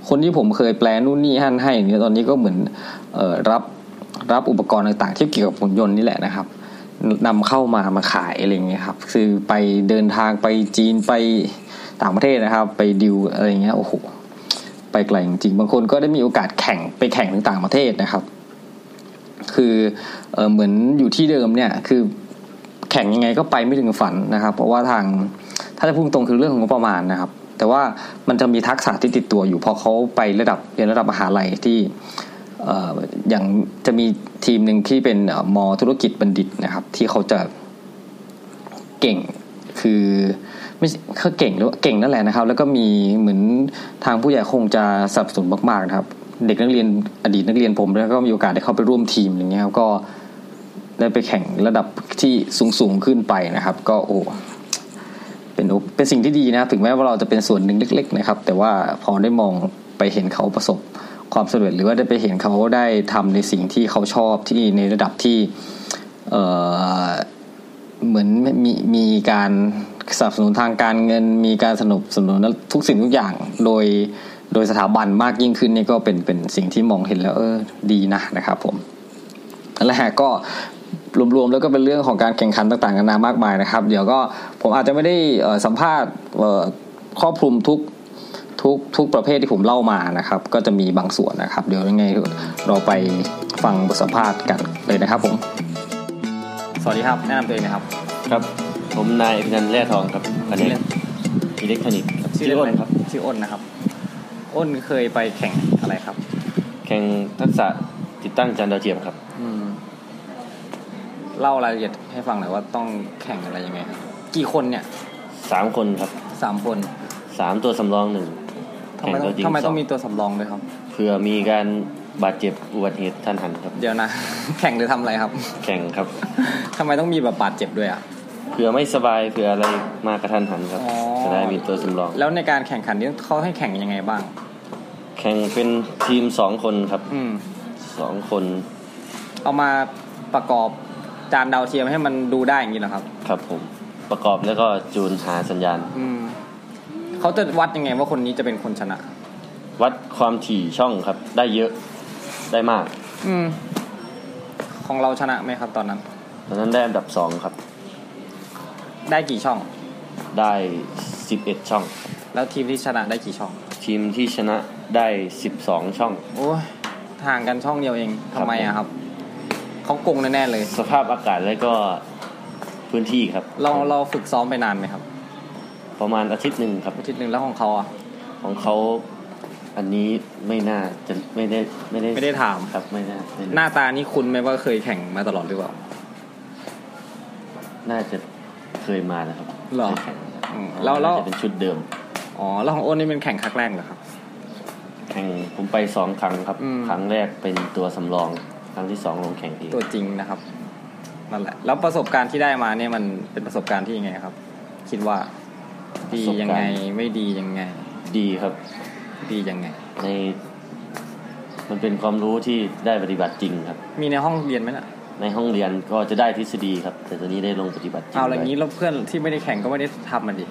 คนที่ผมเคยแปลนู่นนี่ฮั่นให้เนี่ยตอนนี้ก็เหมือนเอ่อรับรับอุปกรณ์ต่างๆ ที่เกี่ยวกับหุ่นยนต์นี่แหละนะครับนำเข้ามามาขายอะไรอย่างเงี้ยครับ คือไปเดินทางไปจีนไปต่างประเทศนะครับ ไปดิวอะไรอย่างเงี้ยโอ้โหไปไกลจริงๆบางคนก็ได้มีโอกาสแข่งไปแข่งถึงต่างประเทศนะครับ คือเอ่อเหมือนอยู่ที่เดิมเนี่ยคือ แข่งยังไงก็ไปไม่ถึงฝันนะครับ เพราะว่าทางถ้าจะพูดตรงคือเรื่องของงบประมาณนะครับ แต่ว่ามันจะมีทักษะที่ติดตัวอยู่เพอเขาไประดับเรียนระดับมหาลัยที่เอ่ออย่างจะมีทีมหนึ่งที่เป็นเอ่อมอธุรกิจบัณฑิตนะครับ ที่เขาจะเก่งคือไม่ใช่เขาเก่งหรือว่าเก่งนั่นแหละนะครับ แล้วก็มีเหมือนทางผู้ใหญ่คงจะสนับสนุนมากๆนะครับ เด็กนักเรียนอดีตนักเรียนผมแล้วยก็มีโอกาสได้เข้าไปร่วมทีมอย่างเงี้ยครับก็ ได้ไปแข่งระดับที่สูงสูงๆขึ้นไปนะครับ ก็โอ้เป็นโอเป็นสิ่งที่ดีนะครับ ถึงแม้ว่าเราจะเป็นส่วนหนึ่งเล็ก ๆ นะครับ แต่ว่าพอได้มองไปเห็นเขาประสบความสำเร็จหรือว่าได้ไปเห็นเขาได้ทำในสิ่งที่เขาชอบที่ในระดับที่เออเหมือนมีมีการสนับสนุนทางการเงิน มีการสนับสนุนทุกสิ่งทุกอย่างโดยโดยสถาบันมากยิ่งขึ้นนี่ก็เป็นเป็นสิ่งที่มองเห็นแล้วเออดีนะนะครับผม นั่นแหละฮะก็รวมๆแล้วก็เป็นเรื่องของการแข่งขันต่างๆกันานามากมายนะครับ เดี๋ยวก็ผมอาจจะไม่ได้เอ่อสัมภาษณ์เอ่อครอบคลุมทุกทุกทุกประเภทที่ผมเล่ามานะครับ ก็จะมีบางส่วนนะครับ เดี๋ยวยังไงเราไปฟังบทสัมภาษณ์กันเลยนะครับผม สวัสดีครับแนะนำตัวเองนะครับ ครับ ผมนายพินันท์แร่ทองครับแผนกอิเล็กทรอนิกส์ครับ ชื่ออ้นครับชื่ออ้นนะครับ อ้นเคยไปแข่งอะไรครับ แข่งทักษะติดตั้งจานดาวเทียมครับ อืมเล่ารายละเอียดให้ฟังหน่อยว่าต้องแข่งอะไรยังไงครับกี่คนเนี่ย สามคนครับ สามคน สามตัวสำรองหนึ่ง ทำไมต้อง แข่วจริ ทำไม ส ต้องมีตัวสำรองด้วยครับ เผื่อมีการบาดเจ็บอุบัติเหตุทันหันครับ เดี๋ยวนะ แข่งหรือทำอะไรครับ แข่งครับ ทำไมต้องมีแบบบาดเจ็บด้วยอ่ะ เผื่อไม่สบายเผื่ออะไรมากระทันหันครับ อ๋อ จะได้มีตัวสำรอง แล้วในการแข่งขันนี้เขาให้แข่งยังไงบ้าง แข่งเป็นทีมสองคนครับ อืม สองคน เอามาประกอบจานดาวเทียมให้มันดูได้อย่างนี้เหรอครับ ครับผมประกอบแล้วก็จูนหาสัญญาณ อืมเขาจะวัดยังไงว่าคนนี้จะเป็นคนชนะ วัดความถี่ช่องครับ ได้เยอะได้มาก อืม ของเราชนะไหมครับ ตอนนั้น ตอนนั้นได้อันดับสองครับ ได้กี่ช่อง ได้สิบเอ็ดช่อง แล้วทีมที่ชนะได้กี่ช่อง ทีมที่ชนะได้สิบสองช่อง โอ้ยห่างกันช่องเดียวเองทำไมอะครับ เขาโกงแน่ๆเลย สภาพอากาศและก็พื้นที่ครับ เราเราฝึกซ้อมไปนานไหมครับ ประมาณอาทิตย์หนึ่งครับ อาทิตย์หนึ่งแล้วของเขาอ่ะ ของเขาอันนี้ไม่น่าจะไม่ได้ไม่ได้ ไม่ได้ถาม ครับไม่น่าไม่ ห น่า น้าตานี่คุณไหมว่าเคยแข่งมาตลอดหรือเปล่า น่าจะเคยมานะครับ เหรอ เคยแข่ง อืมแล้วแล้ว น่าจะเป็นชุดเดิม อ๋อแล้วของโอนนี่เป็นแข่งครั้งแรกเหรอครับ แข่งผมไปสองครั้งครับ อืม ครั้งแรกเป็นตัวสำรอง ครั้งที่สองลงแข่งเอง ตัวจริงนะครับนั่นแหละ แล้วประสบการณ์ที่ได้มาเนี่ยมันเป็นประสบการณ์ที่ยังไงครับ คิดว่าดียังไงไม่ดียังไง ดีครับ ดียังไง ใน มันเป็นความรู้ที่ได้ปฏิบัติจริงครับ มีในห้องเรียนไหมล่ะ ในห้องเรียนก็จะได้ทฤษฎีครับ แต่ตัวนี้ได้ลงปฏิบัติจริง เอาอะไร ด้ว งี้แล้วเพื่อนที่ไม่ได้แข่งก็ไม่ได้ทำมันดิ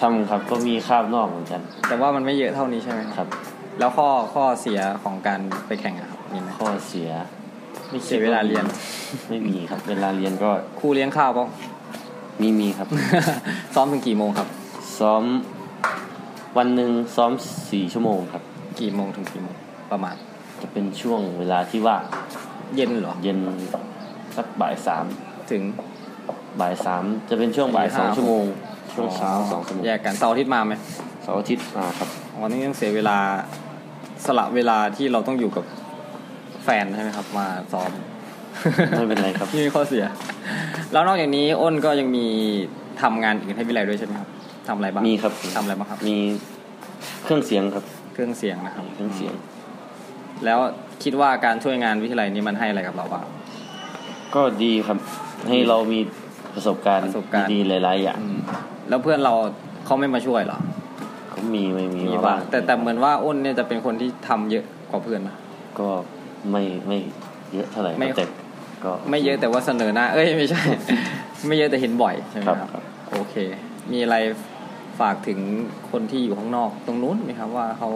ทำครับก็มีข้าวนอกเหมือนกัน แต่ว่ามันไม่เยอะเท่านี้ใช่ไหม ครับ แล้วข้อข้อเสียของการไปแข่งอะครับมีไหม ข้อเสีย ไม่ เสียเวลาเรียน ไม่มีครับ เวลาเรียนก็ ครูเลี้ยงข้าวเปล่ะ มีมีครับ ซ้อมถึงกี่โมงครับ ซ้อมวันหนึ่งซ้อมสี่ชั่วโมงครับ กี่โมงถึงกี่โมงประมาณ จะเป็นช่วงเวลาที่ว่าง เย็นเหรอ เย็นสักบ่ายสาม ถึง บ่ายสามจะเป็นช่วงบ่ายสอง ห้า ชั่วโมง ช่วงเช้า อ๋อ สองชั่วโมง แยกกันเสาร์อาทิตย์มาไหม เสาร์อาทิตย์มาครับ วันนี้ต้องเสียเวลาสละเวลาที่เราต้องอยู่กับแฟนใช่ไหมครับ มาซ้อม ไม่เป็นไรครับ นี่มีข้อเสีย แล้วนอกจากนี้อ้นก็ยังมีทำงานอื่นให้วิไลด้วยใช่ไหมครับทำอะไรบ้าง มีครับ ทำอะไรบ้างครับ มีเครื่องเสียงครับ เครื่องเสียงนะครับ เครื่องเสียง แล้วคิดว่าการช่วยงานวิทยาลัยนี้มันให้อะไรกับเราบ้าง ก็ดีครับ ให้เรามีประสบการณ์ ประสบการณ์ ดีๆหลายๆอย่าง แล้วเพื่อนเราเขาไม่มาช่วยเหรอ ก็มีไม่มี มี มา บ้า บ้าง ง แต่แต่เหมือนว่าอ้นเนี่ยจะเป็นคนที่ทำเยอะกว่าเพื่อนนะ ก็ไม่ไม่เยอะเท่าไหร่ครับ ไม่ แต่ก็ ไม่เยอะแต่ว่าเสนอหน้า เอ้ยไม่ใช่ ไม่เยอะแต่เห็นบ่อยใช่ไหม ครับ ครับ ครับ โอเค มีอะไรฝากถึงคนที่อยู่ข้างนอกตรงนู้นไหมครับว่าเขา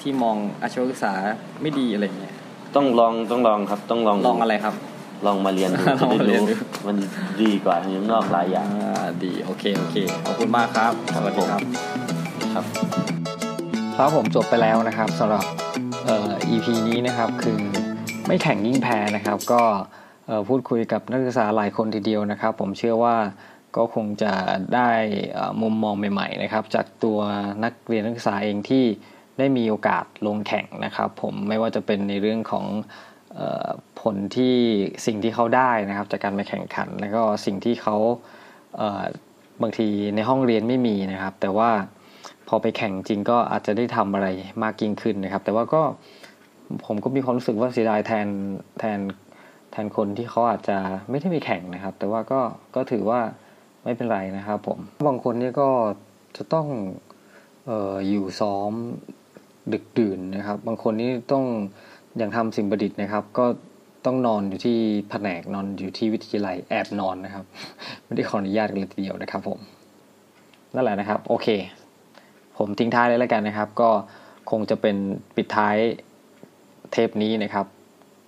ที่มองอาชีวศึกษาไม่ดีอะไรเงี้ย ต้องลองต้องลองครับ ต้องลองดู ลองอะไรครับ ลองมาเรียนดู ลองมา จะ เรีย ได้ นดู รู้มันดีกว่าอยู่ข้างนอกหลายอย่าง ดีโอเคโอเคขอบคุณมากครับ สวัสดีครับครับ ครับผมจบไปแล้วนะครับสำหรับเอ่อ EP นี้นะครับคือไม่แข่งยิ่งแพ้นะครับ ก็เอ่อพูดคุยกับนักศึกษาหลายคนทีเดียวนะครับ ผมเชื่อว่าก็คงจะได้เอ่อมุมมองใหม่ๆนะครับ จากตัวนักเรียนนักศึกษาเองที่ได้มีโอกาสลงแข่งนะครับ ผมไม่ว่าจะเป็นในเรื่องของ เอ่อผลที่สิ่งที่เขาได้นะครับ จากการไปแข่งขัน แล้วก็สิ่งที่เขาเอ่อบางทีในห้องเรียนไม่มีนะครับ แต่ว่าพอไปแข่งจริงก็อาจจะได้ทำอะไรมากยิ่งขึ้นนะครับ แต่ว่าก็ผมก็มีความรู้สึกว่าเสียดายแทนแทนแทนคนที่เขาอาจจะไม่ได้ไปแข่งนะครับ แต่ว่าก็ก็ถือว่าไม่เป็นไรนะครับผมบางคนนี่ก็จะต้องเอออยู่ซ้อมดึกดื่นนะครับ บางคนนี่ต้อง อย่างทำสิ่งประดิษฐ์นะครับ ก็ต้องนอนอยู่ที่แผนกนอนอยู่ที่วิทยาลัยแอบนอนนะครับ ไม่ได้ขออนุญาตกันเลยทีเดียวนะครับผม นั่นแหละนะครับ โอเค ผมทิ้งท้ายเลยแล้วกันนะครับ ก็คงจะเป็นปิดท้ายเทปนี้นะครับ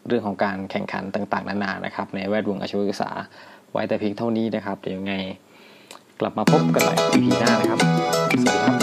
เรื่องของการแข่งขันต่างๆ นานานะครับ ในแวดวงอาชีวศึกษา ไว้แต่เพียงเท่านี้นะครับ เดี๋ยวยังไง กลับมาพบกันใหม่ EP หน้านะครับ สวัสดีครับ